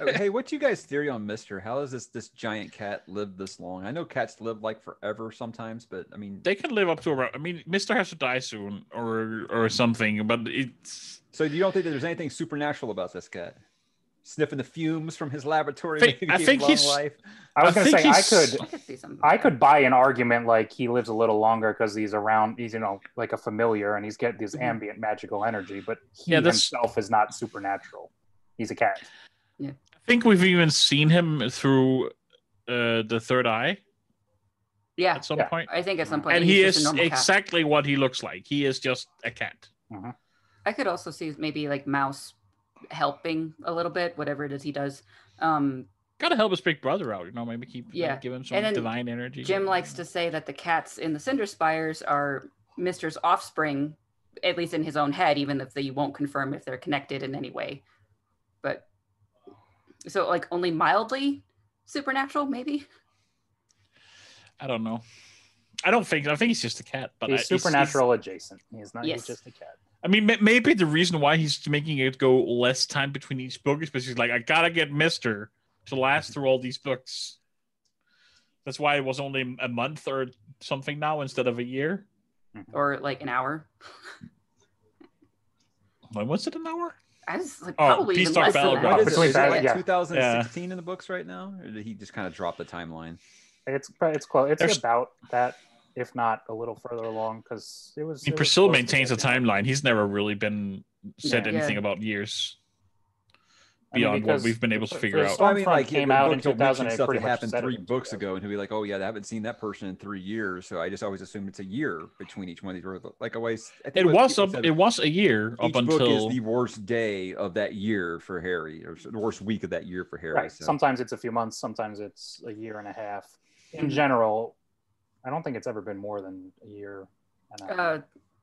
D: Oh, hey, what's you guys' theory on Mister? How does this this giant cat live this long? I know cats live like forever sometimes, but I mean,
B: They can live up to around. I mean, Mister has to die soon or or something, but it's
D: so you don't think that there's anything supernatural about this cat? Sniffing the fumes from his laboratory.
B: Think-
D: maybe
B: I
D: gave
B: think
D: long
B: he's-
D: life.
A: I was
B: I
A: gonna
B: think
A: say I
B: he's-
A: could,
C: I could see something.
A: I could buy an argument like he lives a little longer because he's around, he's you know like a familiar, and he's getting this ambient magical energy, but he
B: Mm-hmm. Yeah, this-
A: himself is not supernatural. He's a cat.
B: I think we've even seen him through uh, the third eye
C: Yeah.
B: at some
A: Yeah.
B: point.
C: I think at some point.
B: And
C: he's
B: he
C: just a
B: is
C: normal cat.
B: exactly what he looks like. He is just a cat.
C: I could also see maybe like Mouse helping a little bit, whatever it is he does. Um,
B: Gotta help his big brother out, you know, maybe keep
C: Yeah.
B: yeah. give him some
C: And then
B: divine energy.
C: Jim likes to say that the cats in the Cinder Spires are Mister's offspring, at least in his own head, even if they won't confirm if they're connected in any way. But so, like, only mildly supernatural, maybe.
B: I don't know. I don't think I think he's just a cat, but I,
A: He's
B: he's- he's-
A: supernatural adjacent. He's not.
C: Yes.
A: He's just a cat.
B: I mean, ma- maybe the reason why he's making it go less time between each book is because he's like, I gotta get Mister to last through all these books. That's why it was only a month or something now instead of a year.
C: Or like an hour.
B: When was it an hour?
C: I was like,
B: Oh,
C: probably
B: Peace
C: even
B: Talk
C: less than
B: Battleground.
D: What
C: that.
D: is it?
A: Between
D: Is it
A: that-
D: like
A: yeah.
D: 2016 in the books right now, or did he just kind of drop the timeline?
A: It's pro- it's close. It's
B: There's-
A: about that, if not a little further along, because it was.
B: I
A: it
B: mean,
A: was
B: Priscilla
A: close to
B: maintains a
A: that.
B: timeline. He's never really been said
A: Yeah.
B: anything about years
A: I mean,
B: beyond what
A: because
B: we've been able to
A: for-
B: figure
A: for
B: out.
A: some-
D: Well, I mean,
A: Stormfront
D: like
A: came
D: the
A: out in
D: books will mention
A: 2000 and it
D: Stuff
A: pretty
D: that
A: much
D: happened
A: said it
D: three
A: was
D: books
A: 2000.
D: ago, and he'll be like, "Oh yeah, I haven't seen that person in three years." So I just always assumed it's a year between each one of these. words. Like always, I
B: It
D: what
B: was
D: people
B: up,
D: said,
B: it was a year
D: each
B: up
D: book
B: until
D: is the worst day of that year for Harry, or the worst week of that year for Harry.
A: Right.
D: So.
A: Sometimes it's a few months. Sometimes it's a year and a half. In
C: Mhm.
A: general, I don't think it's ever been more than a year. And a half.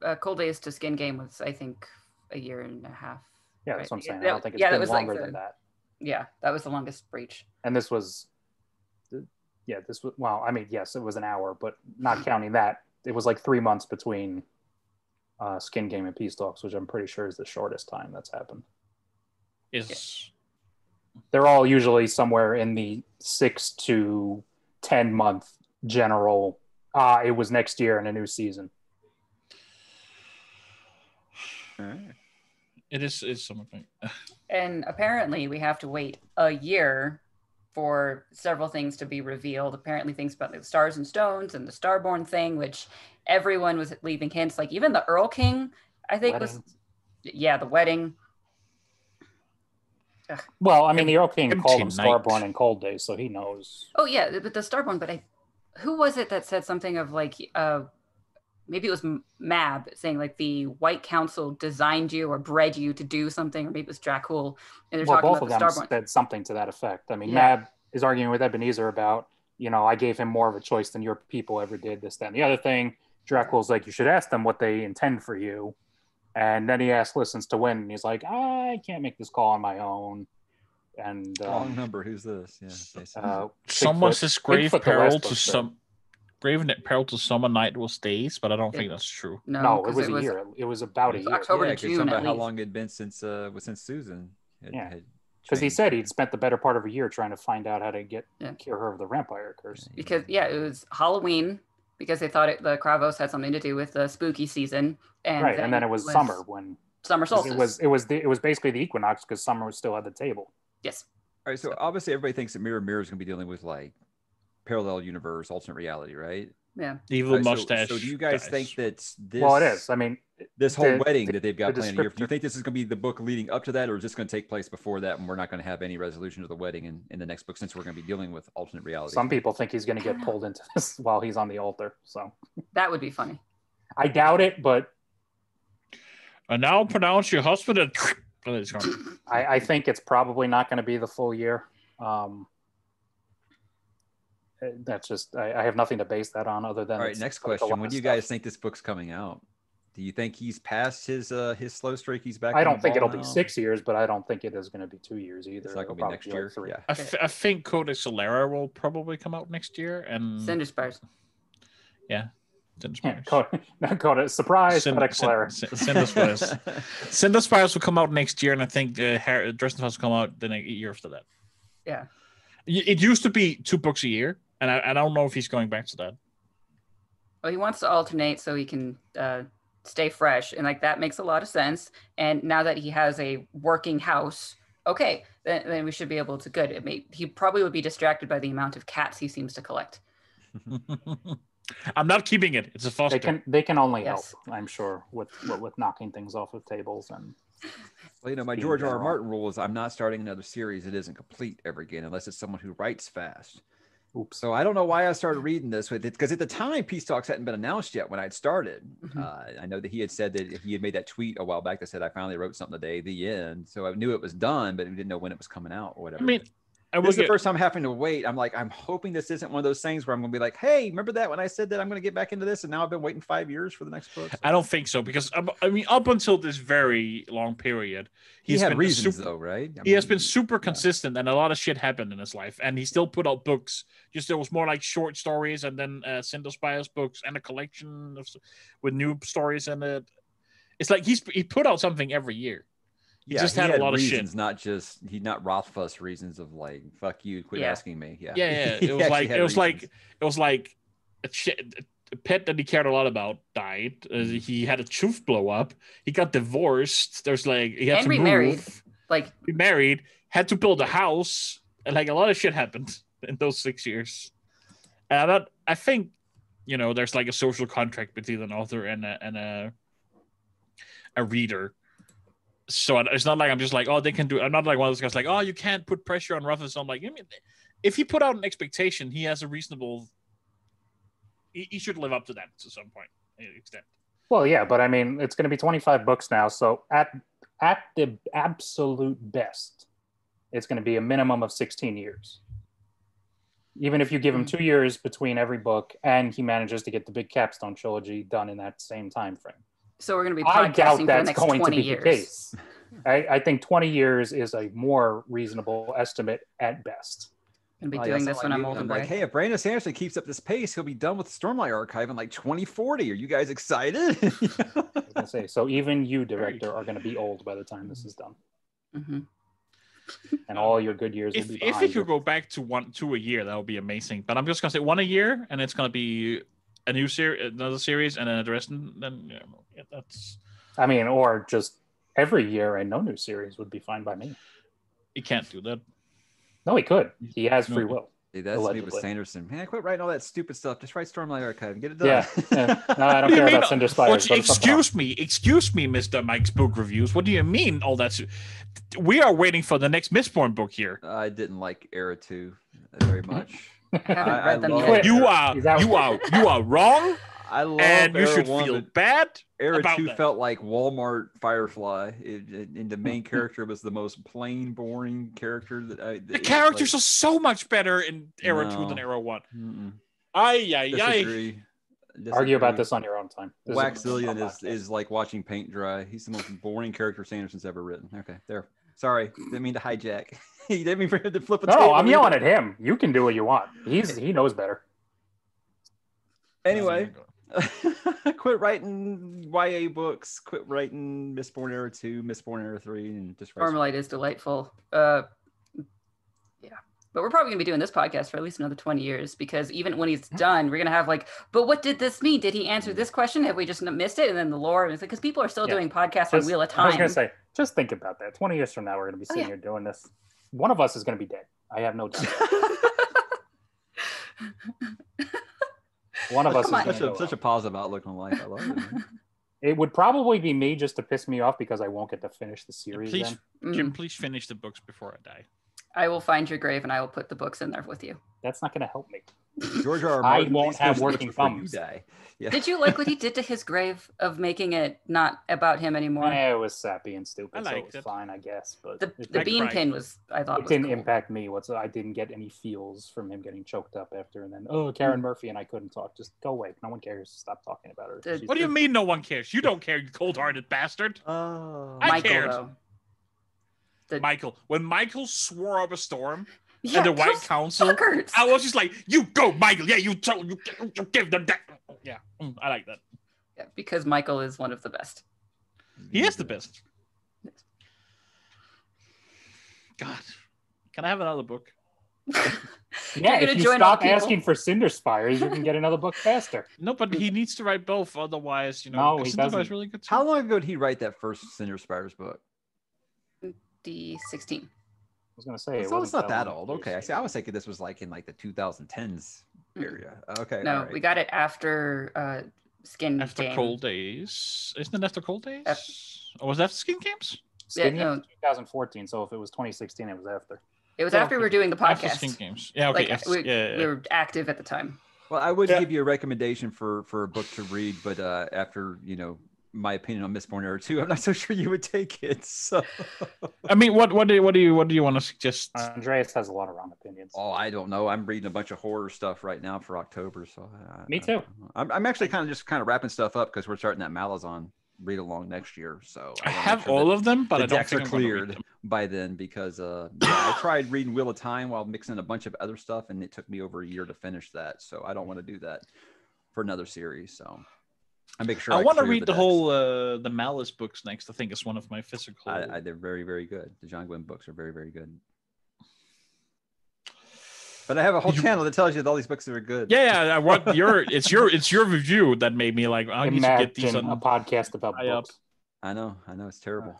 C: Uh, uh, Cold Days to Skin Game was, I think, a year and a half.
A: yeah, that's
C: right.
A: what I'm saying.
C: that-
A: I don't think it's
C: yeah, that
A: been
C: was like
A: longer
C: the-
A: than that.
C: Yeah, that was the longest breach.
A: And this was, yeah, this was. Well, I mean, yes, it was an hour, but
C: Mm-hmm.
A: not counting that, it was like three months between uh, Skin Game and Peace Talks, which I'm pretty sure is the shortest time that's happened.
B: is
A: they're all usually somewhere in the six to ten month general. Ah, it was next year in a new season.
D: All right.
B: It is it's something.
C: And apparently, we have to wait a year for several things to be revealed. Apparently, things about the stars and stones and the Starborn thing, which everyone was leaving hints. Like even the Earl King, I think was, yeah, the wedding.
A: Well, I mean, the Earl King
B: Empty
A: called him
B: night.
A: Starborn and Cold Day, so he knows.
C: Oh yeah, th- but the Starborn. But I, who was it that said something of like, uh, maybe it was M- Mab saying like the White Council designed you or bred you to do something, or maybe it was Dracul, and they're
A: Well,
C: talking
A: both of
C: about the
A: them
C: Starborn.
A: said something to that effect. I mean,
C: Yeah.
A: Mab is arguing with Ebenezer about, you know, I gave him more of a choice than your people ever did. This, that, and the other thing. Dracula's like, you should ask them what they intend for you. And then he asks, listens to win, and he's like, I can't make this call on my own. And uh,
D: Wrong number. Who's this? Yeah. okay, so-
A: uh,
B: Oh, Someone
A: Bigfoot-
B: says grave
A: Bigfoot the
B: peril
A: West
B: to
A: was there.
B: some grave net peril to summer night was days, but I don't think that's true.
C: No,
A: no, it
C: 'cause
A: was a year. It was about a
C: It was
A: year.
C: October. to
D: yeah, 'cause
C: June,
D: something
C: at
D: about how
C: least.
D: long it'd been since uh was since Susan. Had,
A: Yeah.
D: had
A: Because he
D: changed.
A: said he'd spent the better part of a year trying to find out how to get
C: Yeah.
A: cure her of the vampire curse.
C: because yeah, it was Halloween because they thought it, the Kravos had something to do with the spooky season, and
A: right, and then it was, summer when
C: summer solstice.
A: it was it was the, it was basically the equinox because summer was still at the table.
C: yes,
D: All right, so obviously everybody thinks that Mirror Mirror is going to be dealing with like parallel universe, alternate reality, right?
C: yeah.
B: Evil
D: All right, Uh, so-
B: mustache.
D: So, do you guys
B: guys.
D: think that this? Oh,
A: well, it is. I mean,
D: this whole
A: the-
D: wedding
A: the-
D: that they've got
A: the
D: planned here. Do you
A: descriptor.
D: think this is going to be the book leading up to that, or is this going to take place before that, and we're not going to have any resolution to the wedding in, in the next book since we're going to be dealing with alternate reality?
A: some people think he's going to
C: I
A: get
C: don't know.
A: pulled into this while he's on the altar. So
C: That would be funny.
A: I doubt it, but
B: And now pronounce your husband a. Oh, it's gone.
A: I, I think it's probably not going to be the full year. Um, uh, that's just I, I have nothing to base that on other than.
D: All right,
A: it's
D: next
A: like a lot
D: question: When
A: of
D: do you
A: stuff.
D: guys think this book's coming out? Do you think he's past his uh his slow streak? He's back.
A: I
D: on
A: don't
D: the
A: think it'll
D: ball
A: be
D: now?
A: six years, but I don't think it is going to be two years either.
D: It's not
A: It'll
D: going
A: probably
D: to be next
A: like
D: year.
A: three.
D: Yeah.
B: I, f- I think Codex Solera will probably come out next year,
D: Mm.
B: and
C: Cinder spires.
B: Cinder
A: Yeah,
B: Spires.
A: call it, not call it a surprise,
B: Cinder-
A: but a Clara.
B: Cin- Cin- Cinder Spires. Cinder Spires will come out next year, and I think uh, Her- Dresdenhouse will come out the next year after that.
C: Yeah.
B: Y- It used to be two books a year, and I, I don't know if he's going back to that.
C: Well, he wants to alternate so he can uh, stay fresh, and like that makes a lot of sense. And now that he has a working house, okay, then, then we should be able to good. It may, he probably would be distracted by the amount of cats he seems to collect.
D: Mm-hmm.
B: I'm not keeping it. It's a
A: They
B: foster.
A: can they can only
C: Yes.
A: help, I'm sure, with, with with knocking things off of tables and
D: Well, you know, my
A: Being
D: George R. R.
A: general.
D: Martin rule is I'm not starting another series that isn't complete ever again, unless it's someone who writes fast.
A: oops.
D: So I don't know why I started reading this with it because at the time Peace Talks hadn't been announced yet when I'd started.
B: Mm-hmm.
C: Mhm.
D: Uh, I know that he had said that he had made that tweet a while back that said I finally wrote something today, the end. So I knew it was done, but we didn't know when it was coming out or
B: I
D: whatever.
B: mean, I
D: this
B: will
D: is the
B: get,
D: first time having to wait. I'm like, I'm hoping this isn't one of those things where I'm going to be like, hey, remember that when I said that I'm going to get back into this, and now I've been waiting five years for the next book.
B: I don't think so because um, I mean, up until this very long period,
D: he
B: he's
D: had
B: been a
D: reasons
B: super-
D: though, right? I
B: he has
D: mean,
B: been super consistent, and a lot of shit happened in his life, and he still put out books. Just there was more like short stories, and then uh, Cinder Spires books, and a collection of s- with new stories in it. It's like he's he put out something every year. He just had, a lot of shit.
D: reasons, not just he not Rothfuss reasons of like fuck you, quit
C: Yeah.
D: asking me. Yeah,
B: Yeah, yeah.
D: He
B: It was
D: actually
B: like
D: had
B: it was
D: reasons.
B: like it was like a, chi- a pet that he cared a lot about died. Uh,
D: Mm-hmm.
B: he had a tooth blow up. He got divorced. There's like he had
C: And
B: to
C: remarried.
B: move,
C: Like,
B: remarried, had to build a house, and like a lot of shit happened in those six years. And I don't, I think you know there's like a social contract between an author and a and a a reader. So I- it's not like I'm just like, oh, they can do. I'm not like one of those guys like, oh, you can't put pressure on Ruffus. I'm like, I mean, if he put out an expectation, he has a reasonable. He, he should live up to that to some point eh, extent.
A: Well, yeah, but I mean, it's going to be 25 books now, so at at the absolute best, it's going to be a minimum of 16 years. Even if you give him
C: Hmm.
A: two years between every book, and he manages to get the big capstone trilogy done in that same time frame,
C: so we're going to be
A: I
C: podcasting
A: doubt
C: for the
A: that's
C: next
A: going to
C: 20
A: be
C: years.
A: the case. I, I think 20 years is a more reasonable estimate at best.
C: I'm going to
D: Oh, I
C: be doing
D: also
C: this
D: like
C: when I'm
D: you,
C: old and
D: like,
C: gray.
D: hey, if Brandon Sanderson keeps up this pace, he'll be done with Stormlight Archive in like 2040. Are you guys excited?
A: I was gonna say, so even you, director, are going to be old by the time this is done.
C: Mhm.
A: and all your good years.
B: Um, If
A: will be
B: if
A: behind
B: it could
A: you.
B: go back to one two a year, that would be amazing. But I'm just gonna say one a year, and it's gonna be a new series, another series, and then the rest. And then yeah, yeah, that's
A: I mean, or just every year and no new series would be fine by me.
B: you can't do that.
A: No, he could. He has free
B: No.
A: will.
D: Dude, that's me with
A: Allegedly.
D: Sanderson. Man, quit writing all that stupid stuff. Just write Stormlight Archive and get it done.
A: Yeah, No, I don't
B: You
A: care
B: mean-
A: about Cinder Spiders.
B: What-
A: but it's something else.
B: excuse me, excuse me, Mister Mike's book reviews. What do you mean all that? We are waiting for the next Mistborn book here.
D: I didn't like Era 2 very much.
C: I haven't
D: I- I
C: read them
D: love
C: yet.
A: Quit.
B: You are
A: Is that-
B: you are you are wrong,
D: I love
B: and you
D: Era
B: should
D: 1,
B: feel
D: but
B: bad.
D: Era
B: about
D: 2
B: that.
D: felt like Walmart Firefly. It, it- and the main character was the most plain, boring character that I.
B: The characters are so much better in Era Two
D: No.
B: than Era One.
D: are.
B: Ay ay ay.
D: Disagree.
A: Argue about
D: Disagree.
A: this on your own time. This is a
D: Waxillion is,
A: podcast.
D: is like watching paint dry. He's the most boring character Sanderson's ever written. Okay, there. Sorry, didn't mean to hijack. He didn't mean for him to flip a
A: No,
D: table
A: I'm
D: either.
A: yelling at him. You can do what you want. He's he knows better.
D: Anyway, quit writing YA books. Quit writing Mistborn Era Two, Mistborn Era Three, and just write.
C: Stormlight is delightful. Uh, yeah, but we're probably gonna be doing this podcast for at least another twenty years because even when he's done, we're gonna have like, but what did this mean? Did he answer this question? Have we just n- missed it? And then the lore, and it's like because people are still
A: Mm. Yeah.
C: doing podcasts on
A: Just-
C: Wheel
A: I
C: of
A: was
C: Time. Oh,
A: gonna say, just think about that. Twenty years from now, we're gonna be sitting
C: yeah.
A: here doing this. One of us is gonna be dead. I have no doubt. One of us is
C: Come on.
A: gonna
D: such
A: go
D: a such a
A: out.
D: positive outlook on life. I love it. man.
A: It would probably be me just to piss me off because I won't get to finish the series.
B: please,
A: then.
C: Mm.
B: Jim, please finish the books before I die.
C: I will find your grave and I will put the books in there with you.
A: That's not gonna help me.
D: George R. R.
A: I
D: Martin,
A: won't
D: please
A: have
D: finish the book
A: working
D: before you
A: thumbs.
D: die. Yeah.
C: Did you like what he did to his grave of making it not about him anymore?
A: Eh, it was sappy and stupid,
B: I
A: so it
B: liked
A: was
B: it.
A: fine, I guess. But
C: The,
A: it,
C: the
B: I
A: it
C: bean
B: cried.
C: pin was I thought was
A: didn't
C: cool.
A: impact me. What's I didn't get any feels from him getting choked up after, and then oh, Karen Murphy and I couldn't talk. Just go away. No one cares. Stop talking about her.
C: The-
A: She's-
B: What do you mean no one cares? You don't care, you cold-hearted bastard.
D: Oh,
B: I
C: Michael
B: cared.
C: though. The-
B: Michael, when Michael swore up a storm
C: Yeah,
B: and the White
C: those
B: Council,
C: fuckers.
B: I was just like, "You go, Michael. Yeah, you tell you, you give them that." Yeah, mm, I like that.
C: Yeah, because Michael is one of the best.
B: He is the best. God, can I have another book?
A: Yeah,
C: You're gonna
A: if you
C: join all
A: stop
C: people.
A: asking for Cinder Spires, you can get another book faster.
B: No, but he needs to write both. Otherwise, you know,
A: No, he
B: Cinderella is
A: doesn't.
B: really good. too.
D: How long ago did he write that first Cinder Spiders book?
C: D sixteen.
A: I was gonna say
D: so it's
A: wasn't
D: not that
A: long.
D: old. Okay, I see. I was thinking this was like in like the 2010s area. Okay,
C: No,
D: all right.
C: we got it after uh skin
B: After
C: game.
B: Cold Days, isn't it after Cold Days?
C: Af-
B: or was that Skin Games?
A: Skinny
C: Yeah, no.
A: was 2014. So if it was 2016, it was after.
C: It was
B: No,
C: after we were doing the
B: After
C: podcast.
B: Skin Games. Yeah, okay.
C: like
B: after-
C: we,
B: yeah, yeah,
C: we
B: yeah.
C: were active at the time.
D: Well, I would
B: Yeah.
D: give you a recommendation for for a book to read, but uh, after you know my opinion on Mistborn Era 2, I'm not so sure you would take it. So,
B: I mean, what what do you, what do you what do you want to suggest?
D: Uh,
A: Andreas has a lot of wrong opinions.
D: oh, I don't know. I'm reading a bunch of horror stuff right now for October. So, I,
A: Me
D: I-
A: too.
D: I'm, I'm actually kind of just kind of wrapping stuff up because we're starting that Malazan read along next year. So
B: I
D: wanna make
B: have
D: sure that-
B: all of them, but
D: the
B: I don't
D: decks
B: think
D: are
B: I'm gonna read
D: cleared
B: them.
D: by then because uh, yeah, I tried reading Wheel of Time while mixing a bunch of other stuff, and it took me over a year to finish that. So I don't want to do that for another series. So I make sure
B: I want to
D: clear
B: read the,
D: decks.
B: whole uh, the Malice books next. I think it's one of my physical.
D: I, I, they're very, very good. The John Gwynn books are very, very good. But I have a whole
B: You-
D: channel that tells you that all these books are good.
B: yeah, yeah. I want your it's your it's your review that made me like I need to
A: Imagine
B: get these
A: a
B: on.
A: podcast about
B: high up.
A: books.
D: I know, I know, it's terrible.
B: Uh.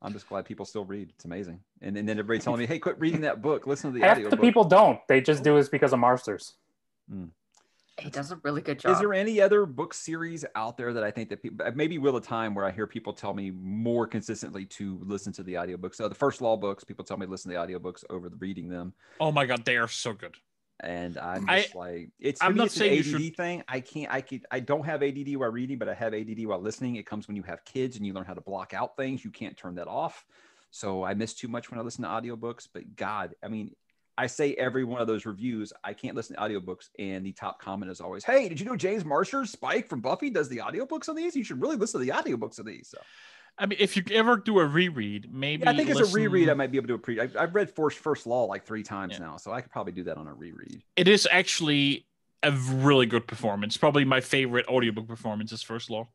D: I'm just glad people still read. It's amazing. And, and then everybody telling me, "Hey, quit reading that book. Listen to the
A: Half
D: audio
A: the people don't. They just do this because of Marsters.
C: He does a really good job.
D: Is there any other book series out there that I think that people maybe Wheel of Time where I hear people tell me more consistently to listen to the audiobooks? So the first law books, people tell me to listen to the audiobooks over the reading them.
B: Oh my god, they are so good.
D: And I'm
B: I-
D: just like it's
B: I'm
D: I'm
B: not
D: not it's
B: saying
D: an
B: you
D: ADD
B: should-
D: thing. I can't I could I don't have ADD while reading, but I have ADD while listening. It comes when you have kids and you learn how to block out things. You can't turn that off. So I miss too much when I listen to audiobooks, but God, I mean, I say every one of those reviews, I can't listen to audiobooks. And the top comment is always, Hey, did you know James Marsher, Spike from Buffy, does the audiobooks on these? You should really listen to the audiobooks of these. So
B: I mean, if you ever do a reread, maybe
D: yeah, I think it's a
B: listen-
D: reread. I might be able to pre I, I've read Force First Law like three times
B: Yeah.
D: now. So I could probably do that on a reread.
B: It is actually a really good performance. Probably my favorite audiobook performance is First Law.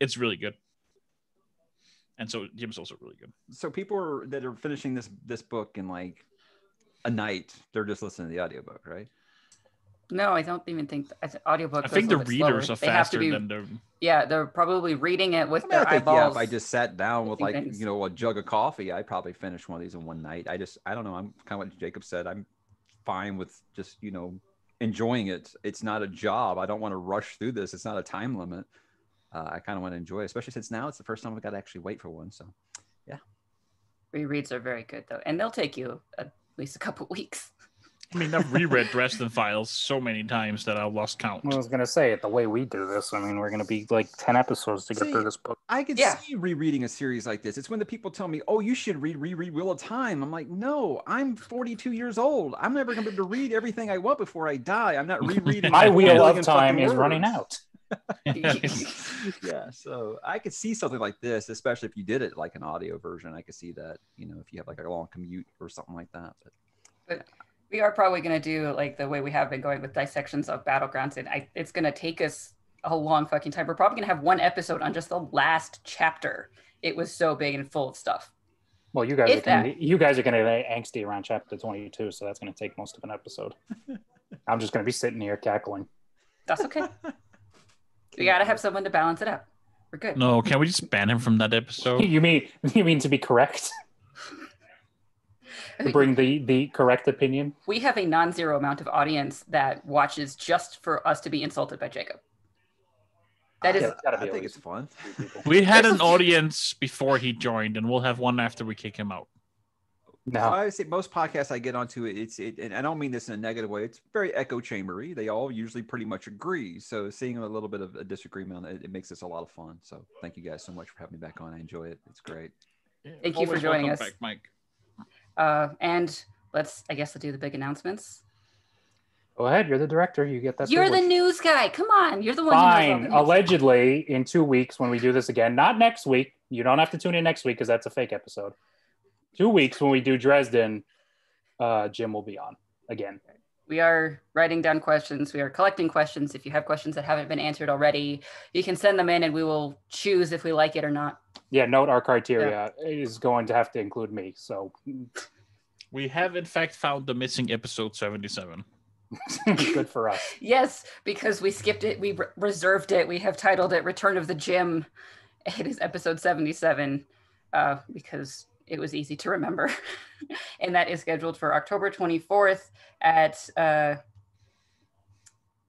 B: It's really good. and so Jim's also really good.
D: So people are, that are finishing this this book in like a night, they're just listening to the audiobook, right?
C: No, I don't even think I th- audiobook.
B: I
C: goes
B: think
C: a
B: the
C: little bit slower.
B: readers are
C: They have to
B: faster
C: be-
B: than the.
C: Yeah, they're probably reading it with
D: I mean,
C: their
D: I think, yeah,
C: eyeballs.
D: if I just sat down with
C: looking
D: like
C: things.
D: you know a jug of coffee, I probably finished one of these in one night. I just I don't know. I'm kind of what Jacob said. I'm fine with just you know enjoying it. It's not a job. I don't want to rush through this. It's not a time limit. Uh, I kind of want to enjoy, it, especially since now it's the first time I've got to actually wait for one. So
C: rereads are very good though, and they'll take you at least a couple weeks.
B: I mean, I've reread Dresden Files so many times that I've lost count.
A: I was gonna say it the way we do this. I mean, we're gonna be like ten episodes to get
D: See,
A: through this book.
D: I could
C: Yeah.
D: see rereading a series like this. It's when the people tell me, "Oh, you should read reread Wheel of Time." I'm like, "No, I'm 42 years old. I'm never going to be able to read everything I want before I die. I'm not rereading
A: My
B: I
A: wheel
D: million
A: of time
D: fucking
A: is running
D: words."
A: out.
D: yeah so i could see something like this especially if you did it like an audio version i could see that you know if you have like a long commute or something like that but
C: we are probably going to do like the way we have been going with dissections of battlegrounds, and I, it's going to take us a long fucking time. We're probably going to have one episode on just the last chapter. It was so big and full of stuff.
A: Well, you guys,
C: If
A: are gonna, you guys are gonna be angsty around chapter twenty-two, so that's gonna take most of an episode. I'm just gonna be sitting here cackling.
C: That's okay. we got to have someone to balance it out. We're good.
B: No, can we just ban him from that episode?
A: You mean you mean to be correct? To bring the the correct opinion.
C: We have a non-zero amount of audience that watches just for us to be insulted by Jacob. That
D: I-
C: is-
A: It's gotta
D: i
A: be at
D: think
A: least
D: it's fun
A: three people.
B: We had an audience before he joined, and we'll have one after we kick him out.
A: No,
D: i would say most podcasts i get onto it's it and i don't mean this in a negative way it's very echo chambery they all usually pretty much agree so seeing a little bit of a disagreement it, it makes this a lot of fun so thank you guys so much for having me back on i enjoy it it's great
C: Thank you for
B: Always
C: joining
B: welcome
C: us.
B: back, Mike.
C: Uh, and let's, I guess, do the big announcements.
A: go ahead. You're the director. You get that.
C: you're the
A: privilege.
C: news guy. Come on, you're the one. Who knows
A: Fine.
C: all the news.
A: Allegedly, in two weeks when we do this again, not next week. You don't have to tune in next week because that's a fake episode. Two weeks when we do Dresden, uh, Jim will be on again.
C: we are writing down questions. We are collecting questions. If you have questions that haven't been answered already, you can send them in, and we will choose if we like it or not.
A: Yeah, note our criteria is going to have to include me. So
B: We have, in fact, found the missing episode 77.
A: good for us.
C: Yes, because we skipped it. We re- reserved it. We have titled it "Return of the Gym." It is episode seventy-seven uh, because it was easy to remember, and that is scheduled for October twenty-fourth at uh,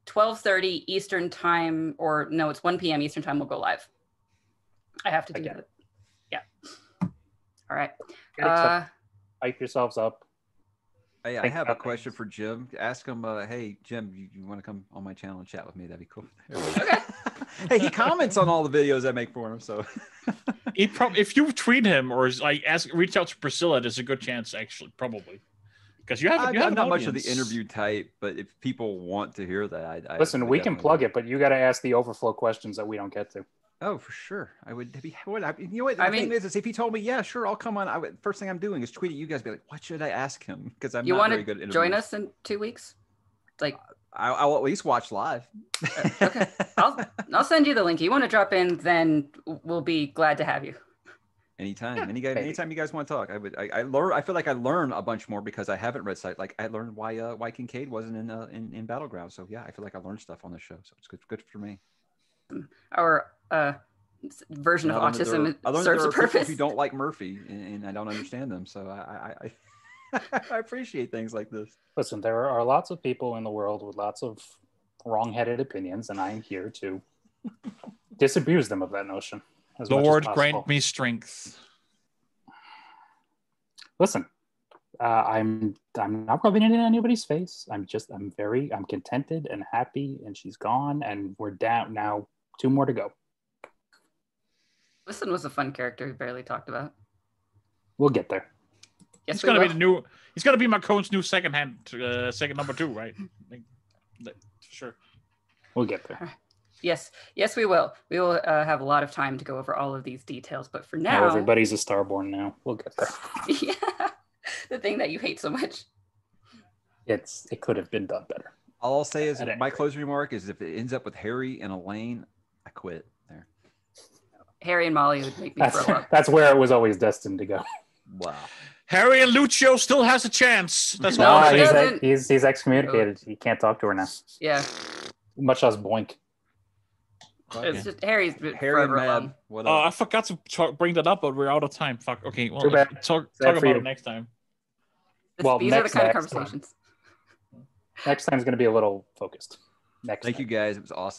C: twelve thirty Eastern time, or no, it's one p.m. Eastern time. We'll go live. I have to do
A: Again.
C: that. Yeah. All right.
A: Get excited,
C: Uh,
A: Hype yourselves up.
D: hey i
A: Think
D: have a
A: about
D: question
A: things.
D: for jim ask him uh, hey jim you, you want to come on my channel and chat with me that'd be cool hey he comments on all the videos i make for him so
B: He prob- if you tweet him or like ask, reach out to Priscilla, there's a good chance, actually, probably, because you have.
D: I'm,
B: you have
D: I'm
B: an
D: not much of the
B: audience.
D: interview type, but if people want to hear that, I, I
A: Listen, we can plug it, but you got to ask the overflow questions that we don't get to.
D: Oh, for sure. I would be. What I, you know what? The
C: I
D: thing
C: mean-
D: is, is if he told me, yeah, sure, I'll come on. I would first thing I'm doing is tweeting you guys. Be like, what should I ask him? Because I'm
C: you
D: not
C: want
D: very good.
C: to
D: At
C: join
D: interviews.
C: us in two weeks?
D: I, I'll at least watch live.
C: Uh, okay. I'll I'll send you the link. You want to drop in, then we'll be glad to have you.
D: anytime, any guy,
A: maybe.
D: anytime you guys want to talk, I would. I, I learn. I feel like I learn a bunch more because I haven't read site. Like I learned why uh, why Kincaid wasn't in uh, in in Battleground. So yeah, I feel like I learned stuff on the show. So it's good good for me.
C: Our uh, s- version
D: I
C: of
D: learned that there
C: autism
D: are- I learned
C: serves
D: that there
C: a
D: are people
C: purpose.
D: Who don't like Murphy, and, and I don't understand them. So I, I, I, I appreciate things like this.
A: Listen, there are lots of people in the world with lots of wrong-headed opinions, and I am here to disabuse them of that notion. As much as
B: Lord,
A: possible.
B: grant me strength.
A: Listen, uh, I'm I'm not rubbing it in anybody's face. I'm just I'm very I'm contented and happy, and she's gone, and we're down now. Two more to go.
C: Listen was a fun character we barely talked about.
A: We'll get there.
C: Yes,
B: he's
C: we
B: gonna be
C: will.
B: the new. He's gonna be my Cone's new second hand, uh, second number two, right? Like, that- sure.
A: We'll get there.
C: yes, yes, we will. We will uh, have a lot of time to go over all of these details, but for
A: Now
C: now,
A: everybody's a starborn. Now we'll get there.
C: yeah, the thing that you hate so much.
A: It's it could have been done better.
D: All I'll say is
A: At any
D: my
A: rate.
D: closing remark is if it ends up with Harry and Elaine, I quit there.
C: Harry and Molly would make me
A: That's
C: throw up.
A: that's where it was always destined to go.
D: Wow.
B: Harry and Lucio still has a chance. That's
C: No,
B: all
A: Ah,
B: I'm
C: he
A: he's,
B: saying.
C: doesn't.
A: he's he's excommunicated. He can't talk to her now.
C: Yeah,
A: Much less Boink.
C: it's just Harry's been
D: Harry and
C: forever
D: Mab.
C: alone.
D: What
B: Oh, I
D: up?
B: forgot to talk, bring that up, but we're out of time. Fuck. Okay, well,
A: Too bad.
B: talk talk
A: Sad
B: about
A: for you.
B: it next time.
C: This-
A: Well,
C: These are the
A: next
C: kind of
A: time.
C: conversations.
A: Next time's going to be a little focused. Next.
D: Thank you
A: time.
D: guys. It was awesome.